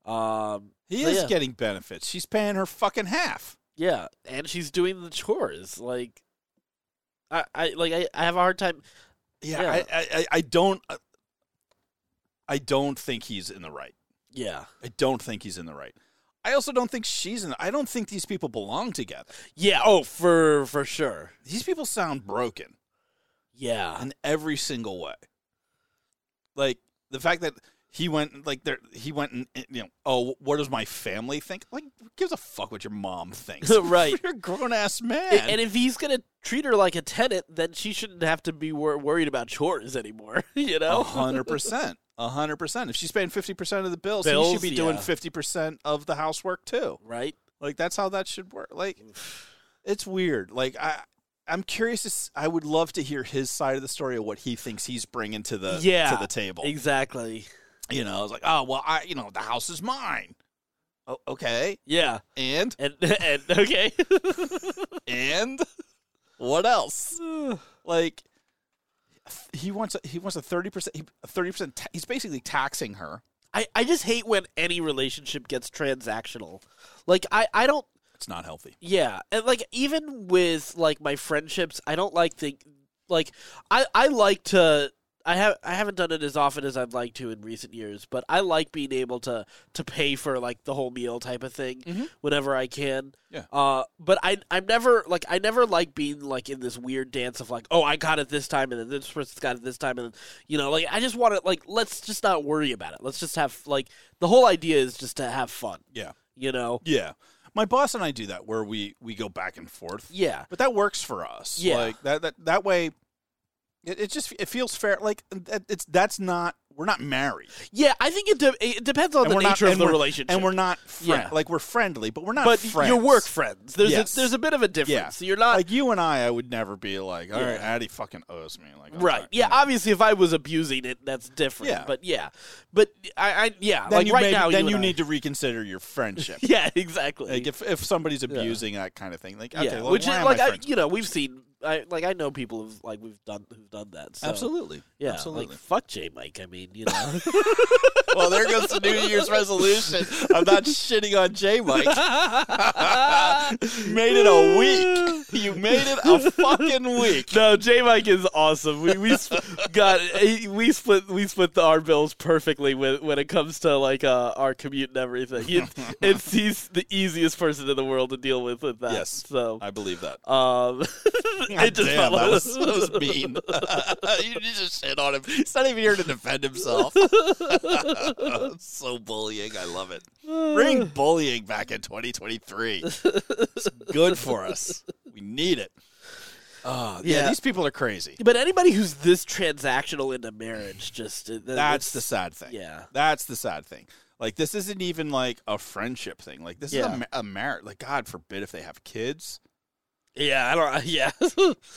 A: Um,
B: He
A: So,
B: is
A: yeah.
B: getting benefits. She's paying her fucking half.
A: yeah, and she's doing the chores. Like, I, I like I, I have a hard time.
B: Yeah,
A: Yeah.
B: I, I, I, I don't, uh, I don't think he's in the right.
A: Yeah,
B: I don't think he's in the right. I also don't think she's in. I don't think these people belong together.
A: yeah. Oh, for for sure.
B: These people sound broken
A: Yeah,
B: in every single way. Like the fact that he went, like there, he went and you know, oh, what does my family think? Like, who gives a fuck what your mom thinks,
A: Right.
B: You're a grown ass man.
A: and if he's gonna treat her like a tenant, then she shouldn't have to be wor- worried about chores anymore. you know.
B: A hundred percent. A hundred percent. If she's paying fifty percent of the bills, he
A: Bills,
B: should be doing
A: yeah.
B: fifty percent of the housework too.
A: Right.
B: Like that's how that should work. Like it's weird. Like I, I'm curious. To, s- I would love to hear his side of the story of what he thinks he's bringing to the
A: Yeah,
B: to the table.
A: Exactly.
B: You know, it's like, oh well, I you know the house is mine. Oh, okay,
A: Yeah.
B: and
A: And and okay.
B: and what else? Like he wants a, he wants a thirty percent thirty percent. He's basically taxing her.
A: I, I just hate when any relationship gets transactional. Like I, I don't
B: It's not healthy.
A: yeah. And like even with like my friendships, I don't like the like I, I like to I have I haven't done it as often as I'd like to in recent years, but I like being able to to pay for like the whole meal type of thing
B: Mhm.
A: whenever I can.
B: Yeah.
A: Uh but I I'm never like I never like being like in this weird dance of like, oh I got it this time and then this person's got it this time and then you know, like I just wanna like let's just not worry about it. Let's just have like the whole idea is just to have fun,
B: Yeah.
A: you know?
B: Yeah. My boss and I do that where we we go back and forth.
A: Yeah.
B: But that works for us.
A: Yeah.
B: Like that that that way it, it just it feels fair. Like that, it's that's not we're not married.
A: Yeah, I think it de- it depends on
B: And
A: the
B: we're not-
A: nature of
B: and
A: the
B: we're-
A: relationship.
B: And we're not friend,
A: Yeah.
B: like we're friendly, but we're not
A: but
B: friends.
A: your work friends. There's
B: Yes.
A: a, there's a bit of a difference. You're not
B: like you and I I would never be like, all right,
A: Yeah.
B: Addie fucking owes me like I'm
A: right.
B: not-
A: Yeah, obviously if I was abusing it, that's different.
B: Yeah.
A: But yeah, but I, I yeah,
B: Then
A: like
B: you
A: right
B: maybe-
A: now
B: then
A: you,
B: you
A: and I-
B: need to reconsider your friendship.
A: yeah exactly
B: like if if somebody's abusing that kind of thing, like okay,
A: yeah,
B: well,
A: which
B: why
A: is
B: am
A: like
B: I
A: I,
B: friends?
A: you know we've seen I like I know people who've like we've done who've done that. So,
B: absolutely,
A: Yeah,
B: absolutely.
A: like fuck J Mike. I mean, you know,
B: well, there goes the New Year's resolution. I'm not shitting on J Mike. made it a week. You made it a fucking week.
A: no J Mike is awesome. We we sp- got he- we split we split the, our bills perfectly when when it comes to like uh, our commute and everything. It's, it's he's the easiest person in the world to deal with with that.
B: Yes.
A: so.
B: I believe that.
A: um, it just
B: Damn, that was,
A: follows.
B: that was mean. you just shit on him. He's not even here to defend himself. so bullying. I love it. Bring bullying back in 2023. It's good for us. We need it. Uh, yeah.
A: Yeah.
B: these people are crazy.
A: But anybody who's this transactional into marriage, just uh, th-
B: That's the sad thing.
A: yeah.
B: That's the sad thing. Like this isn't even like a friendship thing. Like this is
A: Yeah.
B: a, ma- a marriage. Like God forbid if they have kids.
A: Yeah, I don't. Yeah, this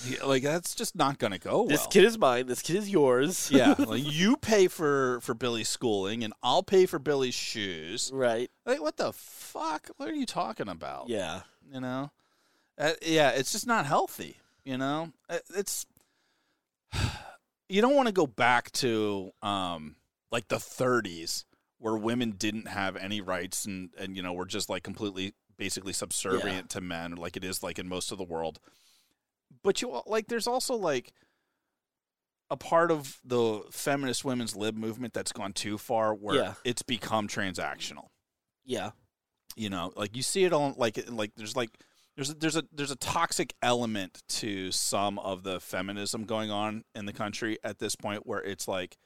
B: Yeah, like that's just not gonna go well.
A: kid is mine. This kid is yours.
B: yeah, like you pay for for Billy's schooling and I'll pay for Billy's shoes.
A: right.
B: Like what the fuck? What are you talking about?
A: Yeah,
B: you know. Uh, yeah, it's just not healthy. You know, Uh, it's you don't want to go back to um like the 30s where women didn't have any rights and and you know were just like completely basically subservient to men like it is like in most of the world but you al- like there's also like a part of the feminist women's lib movement that's gone too far where
A: Yeah.
B: it's become transactional
A: yeah,
B: you know like you see it on like it- like there's like there's a, there's a there's a toxic element to some of the feminism going on in the country at this point where it's like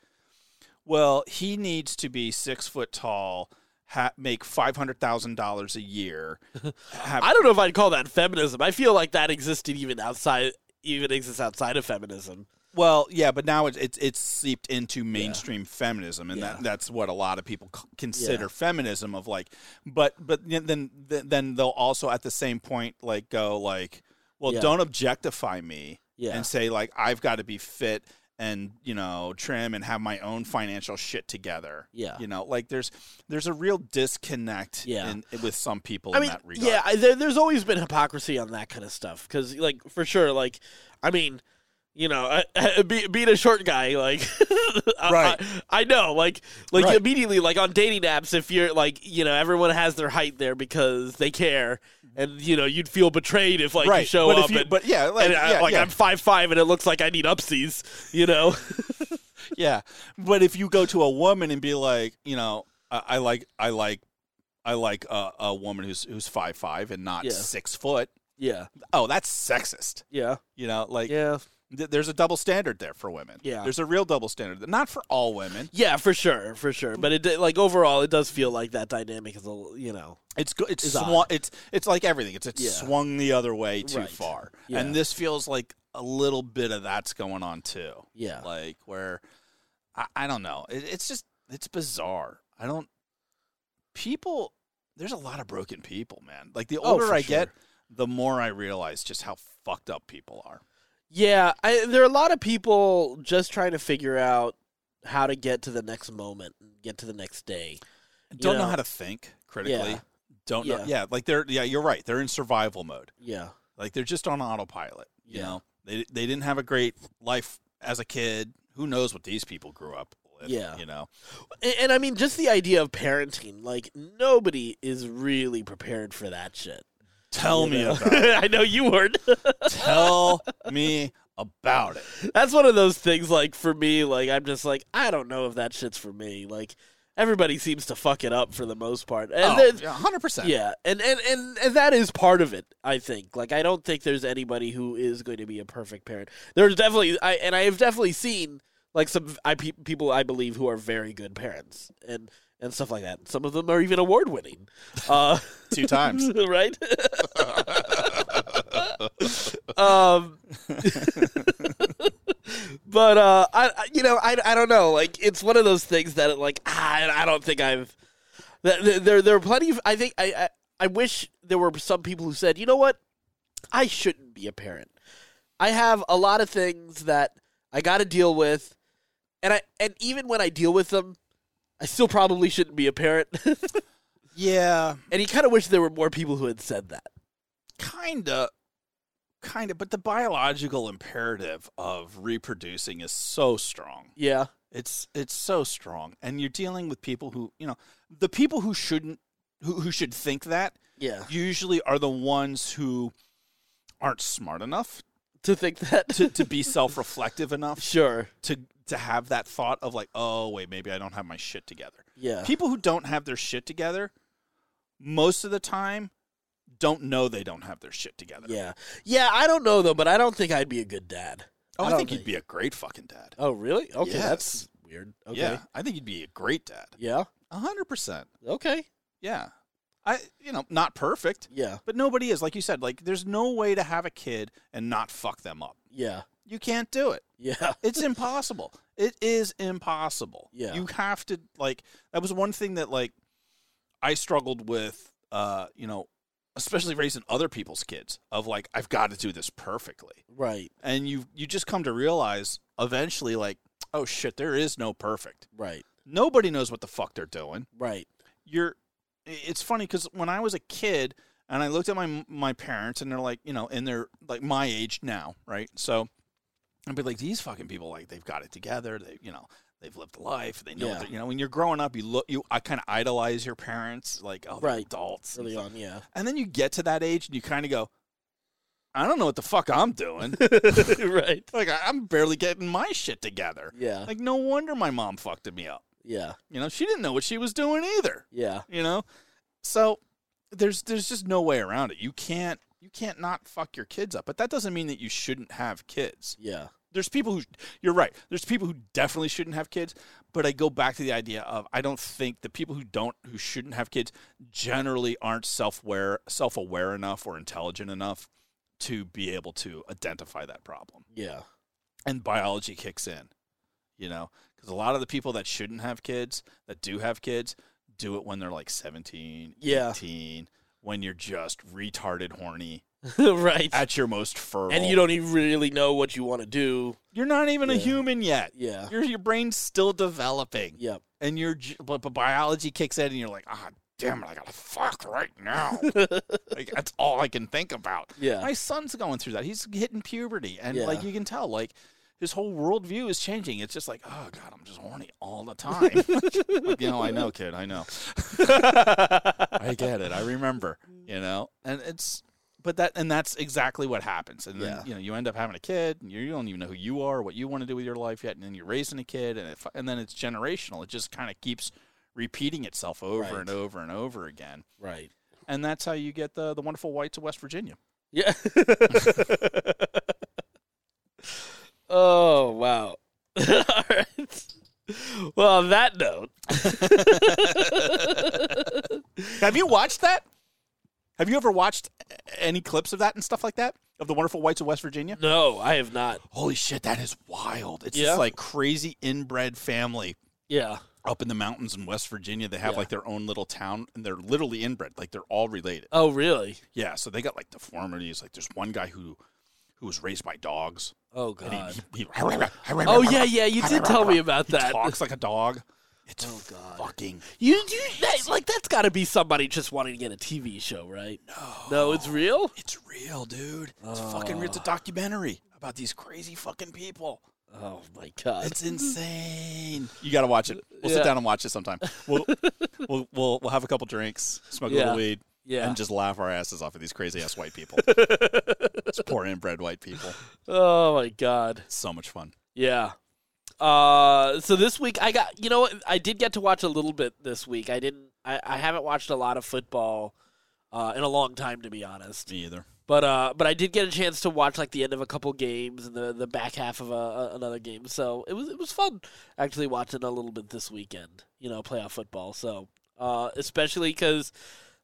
B: well he needs to be six foot tall ha- make five hundred thousand dollars a year have,
A: I don't know if I'd call that feminism. I feel like that existed even outside, even exists outside of feminism.
B: well yeah but now it's it's it's seeped into mainstream feminism and that
A: Yeah.
B: that's what a lot of people c- consider feminism of like but but then then then they'll also at the same point like go like well
A: Yeah.
B: don't objectify me
A: Yeah.
B: and say like I've got to be fit and you know trim and have my own financial shit together.
A: Yeah.
B: you know, like there's there's a real disconnect.
A: Yeah.
B: in, with some people
A: I
B: in
A: mean,
B: that regard.
A: yeah, I, there, there's always been hypocrisy on that kind of stuff because, like, for sure, like, I mean, you know, I, be, being a short guy, like, I-
B: Right.
A: I, I know, like, like
B: Right.
A: immediately, like on dating apps, if you're like, you know, everyone has their height there because they care, and you know, you'd feel betrayed if like you
B: right.
A: show
B: but
A: up,
B: if you,
A: and,
B: but yeah, like,
A: and I,
B: yeah,
A: like
B: yeah,
A: I'm five five, and it looks like I need upsies, you know?
B: yeah. But if you go to a woman and be like, you know, I, I like I like I like a, a woman who's who's five five and not
A: Yeah.
B: six foot.
A: yeah,
B: Oh, that's sexist.
A: yeah,
B: You know, like
A: yeah,
B: th- there's a double standard there for women.
A: Yeah.
B: there's a real double standard. Not for all women.
A: yeah, for sure, for sure. But it like overall, it does feel like that dynamic is a, l- you know,
B: It's go- it's
A: is
B: swung, it's it's like everything. It's it's
A: Yeah.
B: swung the other way too
A: Right.
B: far,
A: Yeah.
B: and this feels like a little bit of that's going on too.
A: yeah.
B: Like where I, I don't know. It, it's just it's bizarre. I don't people. There's a lot of broken people, man. Like the
A: Oh,
B: older
A: for
B: I get,
A: sure.
B: the more I realize just how fucked up people are.
A: Yeah, I, there are a lot of people just trying to figure out how to get to the next moment, and get to the next day.
B: Don't know
A: know.
B: how to think critically.
A: Yeah.
B: Don't know.
A: Yeah.
B: Yeah, like they're yeah. You're right. They're in survival mode.
A: Yeah,
B: Like they're just on autopilot. You
A: Yeah.
B: know, they they didn't have a great life as a kid. Who knows what these people grew up with?
A: Yeah.
B: you know.
A: and, and I mean just the idea of parenting. Like nobody is really prepared for that shit.
B: Tell
A: you
B: me
A: know?
B: about. it.
A: I know you weren't.
B: Tell me about it.
A: That's one of those things. Like for me, like I'm just like I don't know if that shit's for me. Like everybody seems to fuck it up for the most part. And
B: Oh,
A: there-
B: yeah, hundred percent.
A: Yeah, and, and and and that is part of it. I think. Like, I don't think there's anybody who is going to be a perfect parent. There's definitely, I and I have definitely seen like some I pe- people I believe who are very good parents and and stuff like that. Some of them are even award winning. Uh,
B: Two times.
A: right? um, but uh, I, I- you know, I, I don't know. Like, it's one of those things that, it, like, ah, I, I don't think I've. th- th- There, there are plenty of. I think I, I, I wish there were some people who said, you know what, I shouldn't be a parent. I have a lot of things that I got to deal with, and I, and even when I deal with them, I still probably shouldn't be a parent.
B: yeah,
A: And you kind of wish there were more people who had said that.
B: kinda, kinda. But the biological imperative of reproducing is so strong.
A: Yeah.
B: It's it's so strong, and you're dealing with people who you know the people who shouldn't who who should think that
A: Yeah.
B: usually are the ones who aren't smart enough
A: To think that.
B: to, to be self-reflective enough
A: sure.
B: to to have that thought of like oh wait maybe i don't have my shit together
A: Yeah.
B: people who don't have their shit together most of the time don't know they don't have their shit together
A: Yeah. Yeah, I don't know though, but I don't think I'd be a good dad.
B: oh, i,
A: don't
B: think you'd be a great fucking dad
A: Oh, really? Okay,
B: Yes.
A: that's weird. Okay.
B: yeah i think you'd be a great dad
A: Yeah?
B: 100%
A: Okay.
B: yeah I you know not perfect,
A: Yeah.
B: but nobody is like you said. Like there's no way to have a kid and not fuck them up.
A: Yeah.
B: You can't do it.
A: Yeah.
B: It's impossible. It is impossible.
A: Yeah.
B: You have to like that was one thing that like I struggled with uh, you know, especially raising other people's kids of like I've got to do this perfectly.
A: Right.
B: And you you just come to realize eventually like oh shit, there is no perfect.
A: Right.
B: Nobody knows what the fuck they're doing.
A: Right.
B: You're it's funny cuz when I was a kid and I looked at my my parents and they're like, you know, and they're like my age now, right? So I'd be like, these fucking people, like they've got it together. They, you know, they've lived life. They know, what
A: Yeah.
B: they're- you know. When you're growing up, you look, you I kind of idolize your parents, like oh, they're
A: Right.
B: adults.
A: Early on. Yeah.
B: And then you get to that age, and you kind of go, I don't know what the fuck I'm doing.
A: right.
B: like I, I'm barely getting my shit together.
A: Yeah.
B: Like no wonder my mom fucked me up.
A: Yeah.
B: You know, she didn't know what she was doing either.
A: Yeah.
B: You know, so there's there's just no way around it. You can't you can't not fuck your kids up. But that doesn't mean that you shouldn't have kids.
A: Yeah.
B: there's people who you're right there's people who definitely shouldn't have kids but i go back to the idea of i don't think the people who don't who shouldn't have kids generally aren't self-aware self-aware enough or intelligent enough to be able to identify that problem
A: Yeah.
B: and biology kicks in you know because a lot of the people that shouldn't have kids that do have kids do it when they're like 17
A: Yeah.
B: 18 when you're just retarded horny
A: right.
B: at your most fertile
A: and you don't even really know what you want to do.
B: you're not even a
A: Yeah.
B: human yet
A: Yeah.
B: your your brain's still developing,
A: Yep.
B: and your j- but, but biology kicks in, and you're like, ah, damn it, I gotta fuck right now. like that's all I can think about.
A: Yeah.
B: My son's going through that. He's hitting puberty, and
A: Yeah.
B: like you can tell, like his whole worldview is changing. It's just like, oh god, I'm just horny all the time. like, you know, I know, kid, I know. I get it. I remember. You know, and it's. But that and that's exactly what happens, and then
A: Yeah.
B: you know you end up having a kid, and you don't even know who you are, what you want to do with your life yet, and then you're raising a kid, and it, fu- and then it's generational. It just kind of keeps repeating itself over
A: Right.
B: and over and over again,
A: Right.
B: and that's how you get the the wonderful whites of West Virginia.
A: Yeah. oh wow. All right. Well, on that note,
B: Have you watched that? Have you ever watched any clips of that and stuff like that of the wonderful whites of West Virginia?
A: no, I have not.
B: Holy shit, that is wild! It's
A: Yeah.
B: this like crazy inbred family
A: Yeah.
B: up in the mountains in West Virginia. They have
A: Yeah.
B: like their own little town, and they're literally inbred. Like they're all related.
A: Oh, really?
B: Yeah, so they got like deformities. Like there's one guy who who was raised by dogs.
A: Oh
B: and
A: god.
B: he, he,
A: Oh yeah, yeah. You did tell me about
B: He
A: that.
B: talks like a dog. It's
A: Oh, God.
B: fucking
A: You you that, like that's got to be somebody just wanting to get a TV show, right?
B: no.
A: No, it's real.
B: It's real, dude. It's fucking real. It's a documentary about these crazy fucking people.
A: Oh my god.
B: It's insane. You got to watch it. We'll
A: Yeah.
B: sit down and watch it sometime. We'll we'll, we'll we'll have a couple drinks, smoke a
A: Yeah.
B: little weed,
A: Yeah.
B: and just laugh our asses off at these crazy ass white people. It's poor inbred white people.
A: Oh my god.
B: It's so much fun.
A: Yeah. Uh, so this week I got you know what I did get to watch a little bit this week. I didn't. I, I haven't watched a lot of football uh, in a long time, to be honest.
B: Me either.
A: But uh, but I did get a chance to watch like the end of a couple games and the the back half of a, a, another game. So it was it was fun actually watching a little bit this weekend. You know, playoff football. So uh, especially because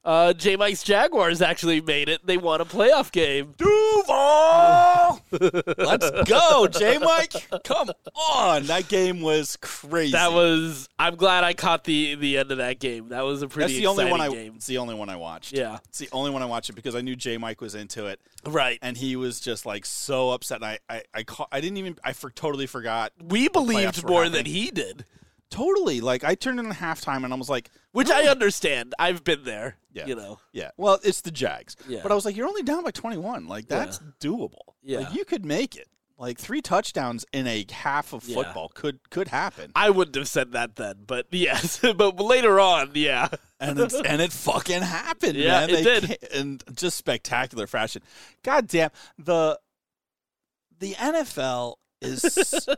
A: uh, J Mike's Jaguars actually made it. They won a playoff game.
B: Duval, let's go, J Mike. Come on, that game was crazy.
A: That was. I'm glad I caught the the end of that game. That was a
B: That's
A: pretty
B: the only one I.
A: exciting game.
B: It's the only one I watched.
A: Yeah.
B: It's the only one I watched it because I knew J Mike was into it,
A: Right.
B: and he was just like so upset. And I I I, ca- I didn't even I for, totally forgot.
A: we believed
B: playoffs were
A: more than
B: happening.
A: he did,
B: Totally, like I turned in at halftime, and I was like,
A: which I understand. I've been there.
B: Yeah.
A: You know.
B: yeah, well, it's the Jags.
A: Yeah.
B: But I was like, you're only down by 21. Like that's doable.
A: Yeah.
B: Like, you could make it. Like three touchdowns in a half of
A: Yeah.
B: football could could happen.
A: I wouldn't have said that then, but yes, but later on, yeah,
B: and it's, and it fucking happened,
A: Yeah,
B: man.
A: it did.
B: ca- in just spectacular fashion. God damn the the NFL is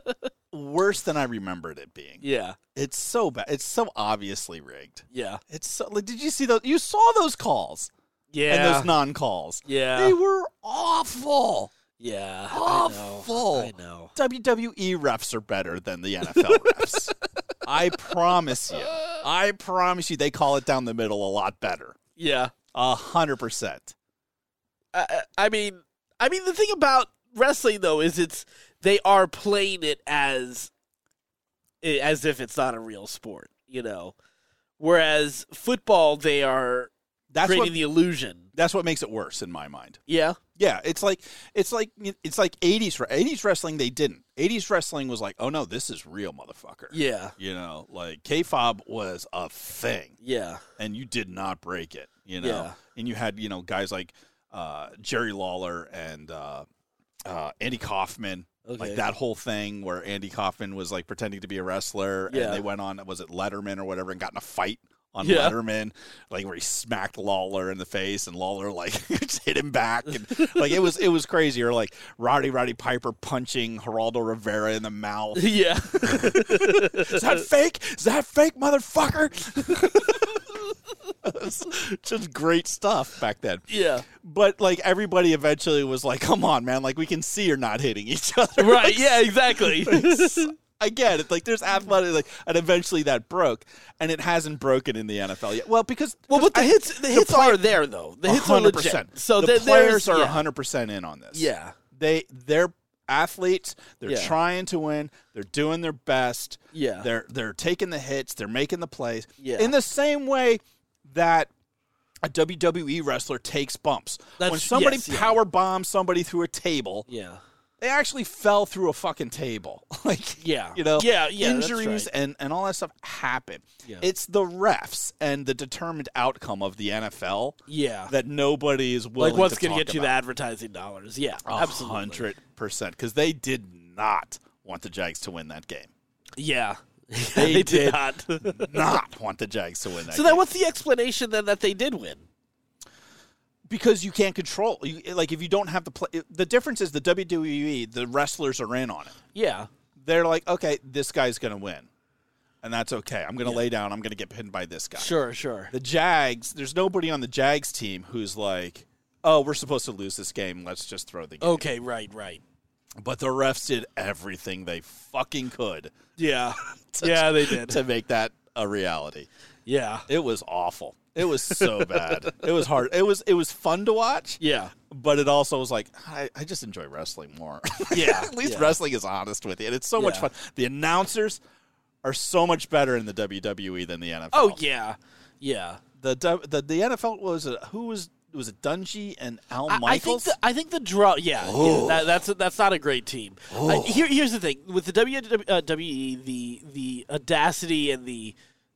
B: worse than I remembered it being.
A: yeah,
B: It's so bad. It's so obviously rigged.
A: yeah,
B: It's so. Like, did you see those? You saw those calls
A: yeah,
B: and those non calls. They
A: yeah,
B: were awful.
A: yeah.
B: Awful.
A: I know. I know.
B: WWE E refs are better than the NFL refs. I promise you. I promise you, they call it down the middle a lot better.
A: Yeah.
B: A hundred percent.
A: I, I mean, I mean the thing about wrestling though is it's they are playing it as eh, as if it's not a real sport, you know. Whereas football, they are
B: That's
A: creating
B: what
A: the illusion.
B: that's what makes it worse in my mind.
A: Yeah.
B: Yeah, it's like it's like it's like eighties eighties wrestling. They didn't eighties wrestling was like, oh no, this is real, motherfucker.
A: Yeah.
B: You know, like K fob was a thing,
A: Yeah.
B: and you did not break it. You know,
A: Yeah.
B: and you had you know guys like uh, Jerry Lawler and uh, uh, Andy Kaufman.
A: Okay.
B: Like that whole thing where Andy Kaufman was like pretending to be a wrestler,
A: Yeah.
B: and they went on was it Letterman or whatever, and got in a fight on
A: Yeah.
B: Letterman, like where he smacked Lawler in the face, and Lawler like just hit him back, and like it was it was crazy. Or like Roddy Roddy Piper punching Geraldo Rivera in the mouth.
A: Yeah.
B: Is that fake? Is that fake, motherfucker? It's just great stuff back then.
A: yeah.
B: But like everybody eventually was like, "Come on, man! Like we can see you're not hitting each other."
A: Right. Yeah, exactly.
B: I get it. Like there's athletic, like, and eventually that broke, and it hasn't broken in the NFL yet. Well, because
A: well, but the hits the hits
B: play-
A: are there though. The hits are
B: hundred
A: legit.
B: percent.
A: So
B: the
A: there-
B: players
A: there's-
B: are
A: yeah.
B: hundred percent in on this.
A: Yeah.
B: they they're athletes. They're
A: Yeah.
B: trying to win. They're doing their best.
A: Yeah.
B: They're they're taking the hits, they're making the plays.
A: Yeah.
B: In the same way that a WWE wrestler takes bumps.
A: That's-
B: when somebody
A: yes, yeah.
B: power bombs somebody through a table,
A: Yeah.
B: they actually fell through a fucking table. like
A: Yeah.
B: you know,
A: Yeah, yeah, that's
B: injuries
A: right.
B: and and all that stuff happen.
A: Yeah.
B: It's the refs and the determined outcome of the NFL
A: Yeah.
B: that nobody is willing
A: like what's
B: to
A: going to
B: talk
A: get you the
B: about.
A: advertising dollars? Yeah. Absolutely.
B: hundred percent because they did not want the Jags to win that game.
A: Yeah.
B: They
A: they did
B: did.
A: not.
B: Not want the Jags to win that.
A: so
B: game.
A: then what's the explanation then that they did win?
B: because you can't control you, like if you don't have the play the difference is the WWE the wrestlers are in on it
A: Yeah.
B: they're like okay this guy's going to win and that's okay I'm going to lay down I'm going to get pinned by this guy
A: Sure, sure.
B: the Jags there's nobody on the Jags team who's like oh we're supposed to lose this game let's just throw the game
A: Okay, right, right.
B: but the refs did everything they fucking could
A: Yeah. yeah, they did.
B: to make that a reality
A: Yeah.
B: it was awful it was so bad it was hard it was it was fun to watch
A: Yeah.
B: but it also was like I, I just enjoy wrestling more.
A: Yeah,
B: at least
A: yeah.
B: wrestling is honest with you, and it's so much
A: Yeah.
B: fun. The announcers are so much better in the WWE than the NFL.
A: Oh yeah. Yeah.
B: the du- the, the NFL was a, who was was it Dungy and Al
A: I- I think
B: Michaels?
A: the, I think the draw. Yeah, yeah, that, that's that's not a great team. Uh, here, here's the thing with the WWE, uh, WWE, the the audacity and the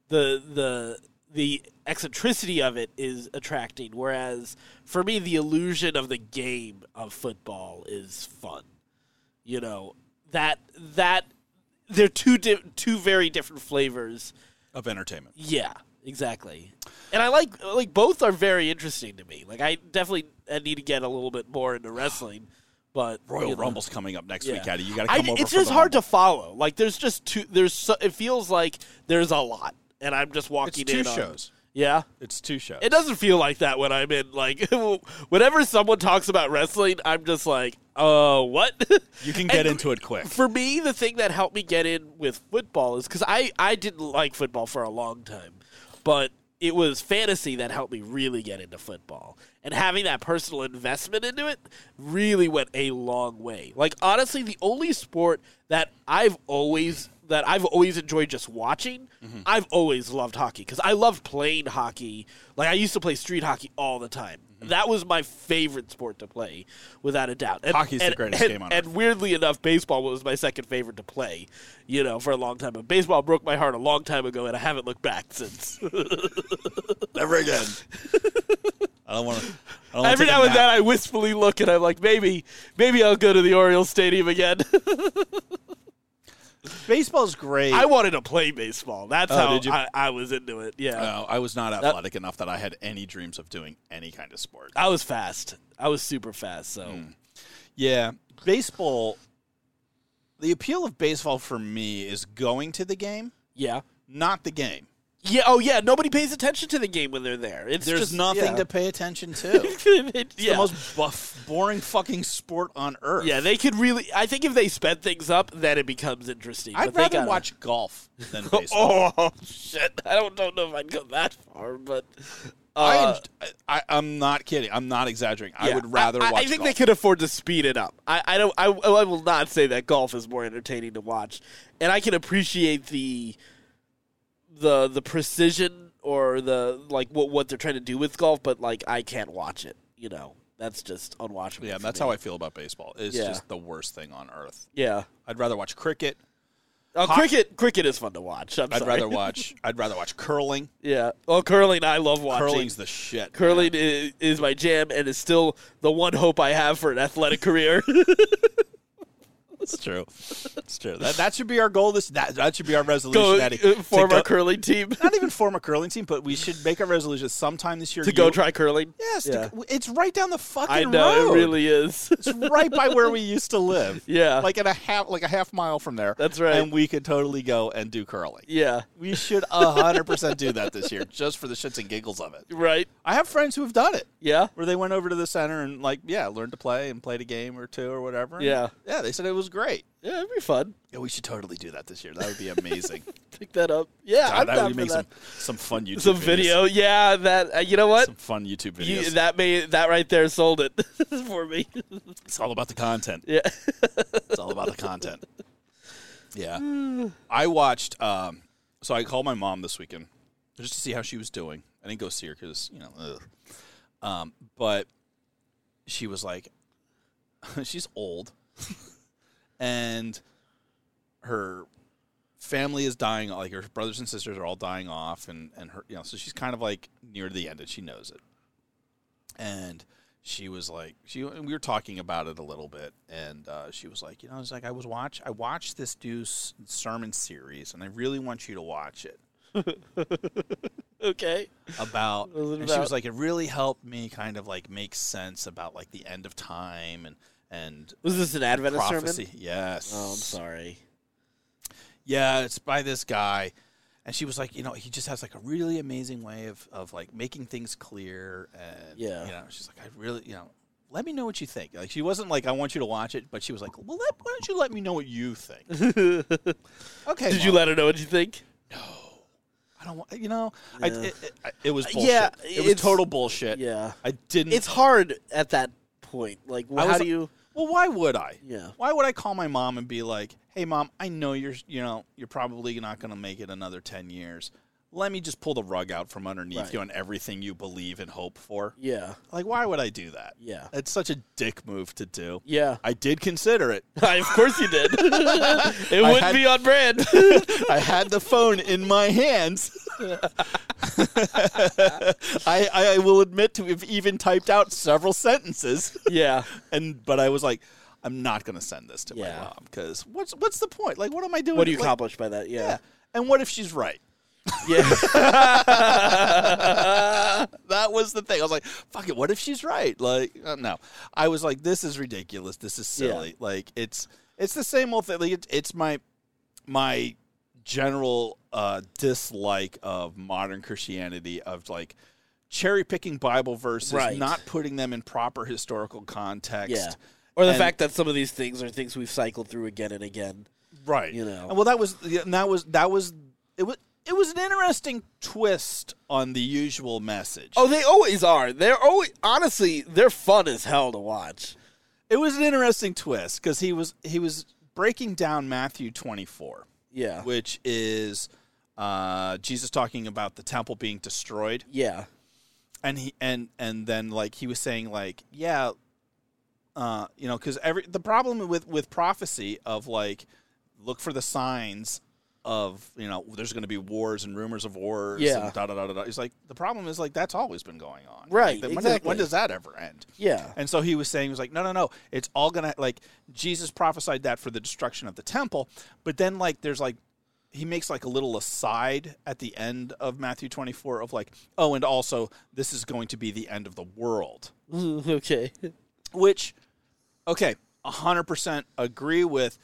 A: the the the eccentricity of it is attracting. Whereas for me, the illusion of the game of football is fun. You know that that they're two di- two very different flavors.
B: of entertainment.
A: Yeah, exactly. And I like like both are very interesting to me. Like I definitely I need to get a little bit more into wrestling, but
B: Royal
A: you know,
B: Rumble's coming up next
A: yeah.
B: week, Addy. You got to
A: I-
B: come over.
A: It's
B: for
A: just
B: the
A: hard to follow. Like there's just two. There's so, it feels like there's a lot, and I'm just
B: Rumble.
A: walking
B: It's two
A: in on-
B: shows.
A: yeah.
B: It's two shows.
A: It doesn't feel like that when I'm in like whenever someone talks about wrestling, I'm just like, uh, what?
B: you can get
A: And-
B: into it quick.
A: for me, the thing that helped me get in with football is because I, I didn't like football for a long time, but it was fantasy that helped me really get into football. And having that personal investment into it really went a long way. Like honestly, the only sport that I've always that I've always enjoyed just watching, I've always loved hockey because I loved playing hockey. Like I used to play street hockey all the time. That was my favorite sport to play, without a doubt. And,
B: Hockey's the
A: and-
B: greatest
A: and-
B: game on
A: and weirdly enough, baseball was my second favorite to play, you know, for a long time. But baseball broke my heart a long time ago, and I haven't looked back since.
B: Never again. I don't want to.
A: Every now and then, I wistfully look, and I'm like, maybe, maybe I'll go to the Orioles Stadium again.
B: baseball's great.
A: I wanted to play baseball. That's
B: Oh,
A: how
B: did you? Oh.
A: I, I was into it. Yeah,
B: no, I was not athletic enough that I had any dreams of doing any kind of sport.
A: I was fast. I was super fast. So
B: Hmm. Yeah, baseball. The appeal of baseball for me is going to the game,
A: yeah,
B: not the game.
A: yeah. Oh yeah. Nobody pays attention to the game when they're there. It's
B: There's
A: just,
B: nothing
A: yeah.
B: to pay attention to. It's
A: It's
B: the most buff, boring fucking sport on earth.
A: Yeah, they could really. I think if they sped things up, then it becomes interesting.
B: I'd
A: but they
B: rather
A: gotta-
B: watch golf than baseball.
A: Oh shit! I don't, don't know if I'd go that far, but
B: I am,
A: Uh,
B: I, I'm not kidding. I'm not exaggerating. I
A: yeah.
B: would rather
A: I, I
B: watch.
A: think
B: golf.
A: they could afford to speed it up. I, I don't. I, I will not say that golf is more entertaining to watch, and I can appreciate the the the precision or the like what what they're trying to do with golf. But like, I can't watch it. You know, that's just unwatchable.
B: Yeah,
A: for
B: that's
A: me.
B: how I feel about baseball. It's
A: Yeah.
B: just the worst thing on earth.
A: Yeah.
B: I'd rather watch cricket.
A: Oh,
B: Hockey-
A: cricket cricket is fun to watch. I'm
B: I'd
A: sorry.
B: rather watch. I'd rather watch curling.
A: Yeah. Well, curling I love watching.
B: Curling's the shit.
A: curling is, is my jam and is still the one hope I have for an athletic career.
B: That's true. It's true. That, that should be our goal. This that that should be our
A: go
B: resolution. Eddie.
A: uh, form
B: To
A: our
B: go-
A: curling team to
B: not even form a curling team, but we should make a resolution sometime this year. you-
A: go try curling.
B: Yes,
A: Yeah.
B: to go- it's right down the fucking
A: I know
B: road.
A: it really is.
B: It's right by where we used to live.
A: yeah.
B: Like at a half, like a half mile from there.
A: That's right.
B: And we could totally go and do curling.
A: yeah.
B: We should hundred percent do that this year, just for the shits and giggles of it.
A: Right.
B: I have friends who have done it,
A: Yeah.
B: where they went over to the center and like, yeah, learned to play and played a game or two or whatever. And
A: Yeah.
B: yeah, they said it was great.
A: Yeah, it'd be fun.
B: Yeah, we should totally do that this year. That would be amazing.
A: Pick that up. Yeah,
B: God,
A: I'm
B: that
A: down
B: would
A: for
B: make
A: that.
B: some some fun YouTube
A: Some
B: videos.
A: video. Yeah, that uh, you know what?
B: some fun YouTube videos.
A: You, that may that right there sold it for me.
B: it's all about the content.
A: yeah.
B: It's all about the content. Yeah, I watched. Um, so I called my mom this weekend just to see how she was doing. I didn't go see her because you know, ugh. Um, but she was like, she's old, and her family is dying. Like her brothers and sisters are all dying off, and and her, you know, so she's kind of like near the end, and she knows it. And she was like, she and we were talking about it a little bit, and uh, she was like, you know, it's like I was watch, I watched this new s- sermon series, and I really want you to watch it
A: Okay.
B: about
A: was it
B: and she was
A: about?
B: like it really helped me kind of like make sense about like the end of time and and
A: Was this an Adventist
B: prophecy
A: sermon?
B: yes
A: Oh, I'm sorry.
B: yeah it's by this guy and she was like you know he just has like a really amazing way of of like making things clear and
A: Yeah.
B: you know she's like i really you know let me know what you think like she wasn't like i want you to watch it but she was like well let, why don't you let me know what you think okay
A: Did you
B: Mom.
A: let her know what you think?
B: i don't want you know I,
A: Yeah. Uh,
B: it, it, I- it was bullshit.
A: Yeah,
B: it was
A: it's-
B: total bullshit
A: Yeah.
B: i didn't
A: It's hard at that point. Like, wh-
B: I
A: how
B: was-
A: do you?
B: Well, why would I?
A: Yeah.
B: Why would I call my mom and be like, "Hey, mom, I know you're, you know, you're probably not going to make it another ten years. Let me just pull the rug out from underneath
A: Right.
B: you on everything you believe and hope for."
A: Yeah.
B: Like, why would I do that?
A: Yeah.
B: It's such a dick move to do.
A: Yeah.
B: I did consider it.
A: of course you did. it
B: I
A: would
B: had-
A: be on brand.
B: I had the phone in my hands. I, I will admit to have even typed out several sentences.
A: yeah.
B: and but I was like, I'm not gonna send this to my
A: Yeah.
B: mom because what's what's the point? Like, what am I doing?
A: What do you
B: Like,
A: accomplish by that?
B: Yeah,
A: Yeah.
B: and what if she's right?
A: Yeah.
B: That was the thing. I was like, fuck it. What if she's right? Like, uh, no, I was like, this is ridiculous. This is
A: Yeah.
B: silly. Like, it's it's the same old thing. Like, it's it's my my general uh, dislike of modern Christianity of like cherry picking Bible verses,
A: Right.
B: not putting them in proper historical context.
A: Yeah. Or the
B: And-
A: fact that some of these things are things we've cycled through again and again.
B: right
A: you know.
B: And well that was yeah, and that was that was it was it was an interesting twist on the usual message
A: Oh, they always are. They're always honestly, they're fun as hell to watch.
B: it was an interesting twist because he was he was breaking down matthew 24
A: Yeah.
B: which is uh, jesus talking about the temple being destroyed
A: Yeah.
B: and he and and then like he was saying like yeah uh you know because every the problem with with prophecy of like look for the signs of you know there's going to be wars and rumors of wars
A: Yeah.
B: and da da da da da he's like the problem is like that's always been going on
A: Right,
B: Like, when, does,
A: exactly.
B: when does that ever end
A: Yeah.
B: and so he was saying, he was like, no, no, no, it's all gonna like Jesus prophesied that for the destruction of the temple, but then like there's like he makes like a little aside at the end of Matthew 24 of like, oh, and also this is going to be the end of the world,
A: okay.
B: which, okay, hundred percent agree with,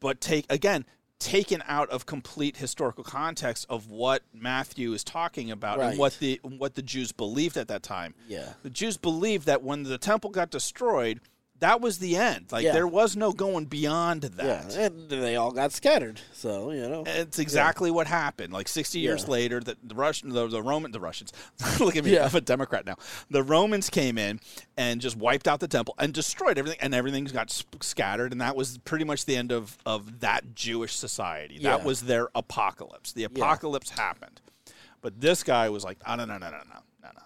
B: but take again taken out of complete historical context of what Matthew is talking about
A: Right.
B: and what the what the Jews believed at that time
A: Yeah.
B: the Jews believed that when the temple got destroyed, that was the end. Like
A: Yeah.
B: there was no going beyond that.
A: Yeah, and they all got scattered. So you know,
B: It's exactly what happened. Like 60 years
A: Yeah.
B: later, the, the Russian, the, the Roman, the Russians. look at me,
A: Yeah.
B: I'm a Democrat now. The Romans came in and just wiped out the temple and destroyed everything, and everything got sp- scattered. And that was pretty much the end of of that Jewish society.
A: Yeah.
B: That was their apocalypse. The apocalypse happened, but this guy was like, oh, no, no, no, no, no, no, no.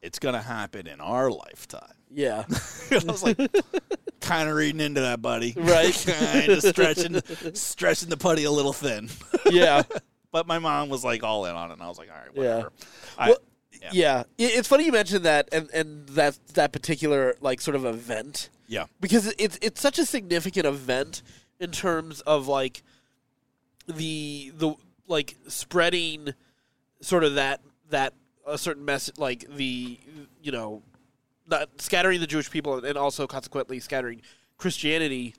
B: It's gonna happen in our lifetime.
A: yeah,
B: I was like, kind of reading into that, buddy.
A: Right.
B: kind of stretching, stretching the putty a little thin.
A: yeah,
B: But my mom was like all in on it, and I was like, all right,
A: Yeah.
B: whatever. I,
A: Well,
B: yeah.
A: yeah. It- It's funny you mentioned that, and and that that particular like sort of event
B: yeah,
A: because it's it's such a significant event in terms of like the the like spreading sort of that that a certain message like the you know not scattering the Jewish people and also consequently scattering Christianity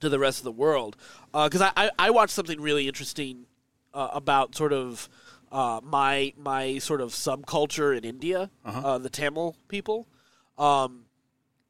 A: to the rest of the world because I, I I watched something really interesting uh, about sort of uh, my my sort of subculture in India uh, the Tamil people. Um,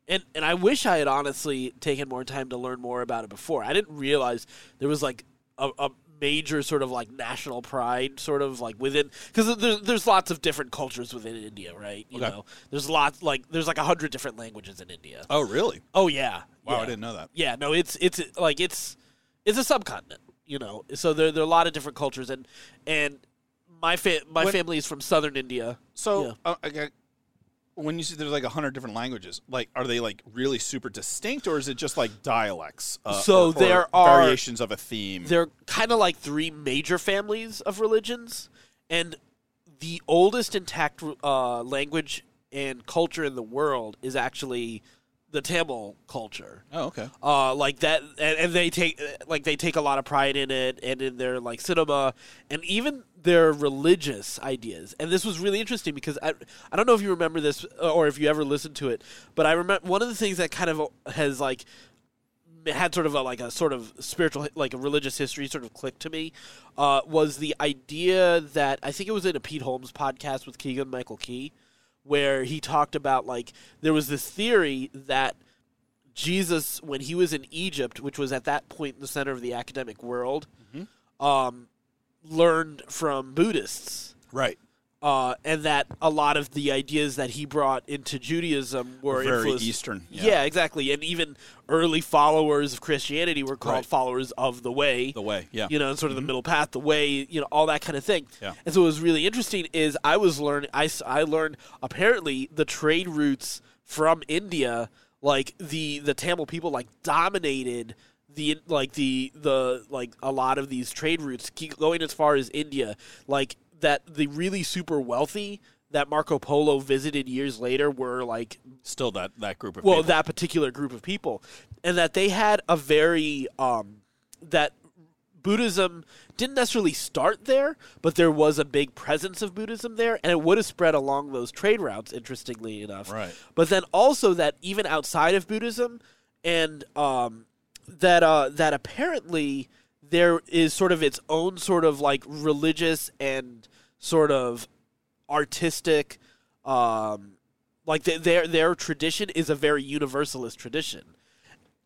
A: and and I wish I had honestly taken more time to learn more about it before. I didn't realize there was like a, a major sort of like national pride sort of like within because there's, there's lots of different cultures within India, right? You
B: Okay.
A: know, there's lots like there's like a hundred different languages in India.
B: Oh, really?
A: Oh yeah,
B: Wow,
A: yeah.
B: I didn't know that.
A: Yeah, no, it's it's like it's it's a subcontinent, you know. So there there are a lot of different cultures, and and my fa- my
B: When-
A: family is from southern India.
B: So,
A: Yeah.
B: uh, okay, when you see there's like a hundred different languages, like are they like really super distinct, or is it just like dialects? Uh,
A: So
B: or- or
A: there are-
B: variations of a theme.
A: They're kind of like three major families of religions, and the oldest intact uh, language and culture in the world is actually the Tamil culture.
B: oh, okay.
A: uh, like that, and, and they take like they take a lot of pride in it, and in their like cinema, and even their religious ideas. And this was really interesting because I I don't know if you remember this uh, or if you ever listened to it, but I remember one of the things that kind of uh, has like had sort of a like a sort of spiritual like a religious history sort of clicked to me uh, was the idea that I think it was in a Pete Holmes podcast with Keegan Michael Key where he talked about like there was this theory that Jesus when he was in Egypt which was at that point the center of the academic world
B: Mm-hmm.
A: um, learned from Buddhists
B: Right.
A: uh, and that a lot of the ideas that he brought into Judaism were
B: Very
A: influenced-
B: Eastern, yeah.
A: Yeah. exactly. And even early followers of Christianity were called
B: Right.
A: followers of the way.
B: The way. Yeah. Mm-hmm.
A: You know, and sort of the middle path, the way, you know, all that kind of thing.
B: Yeah.
A: And so what was really interesting is I was learning, I, s- I learned apparently the trade routes from India, like the, the Tamil people like dominated the, like the, the, like a lot of these trade routes keep going as far as India, like that the really super wealthy that Marco Polo visited years later were like
B: Still that that group of
A: well
B: people.
A: that particular group of people and that they had a very um, that buddhism didn't necessarily start there but there was a big presence of buddhism there and it would have spread along those trade routes interestingly enough
B: Right.
A: but then also that even outside of buddhism and um, that uh, that apparently there is sort of its own sort of like religious and sort of artistic um, like th- their their tradition is a very universalist tradition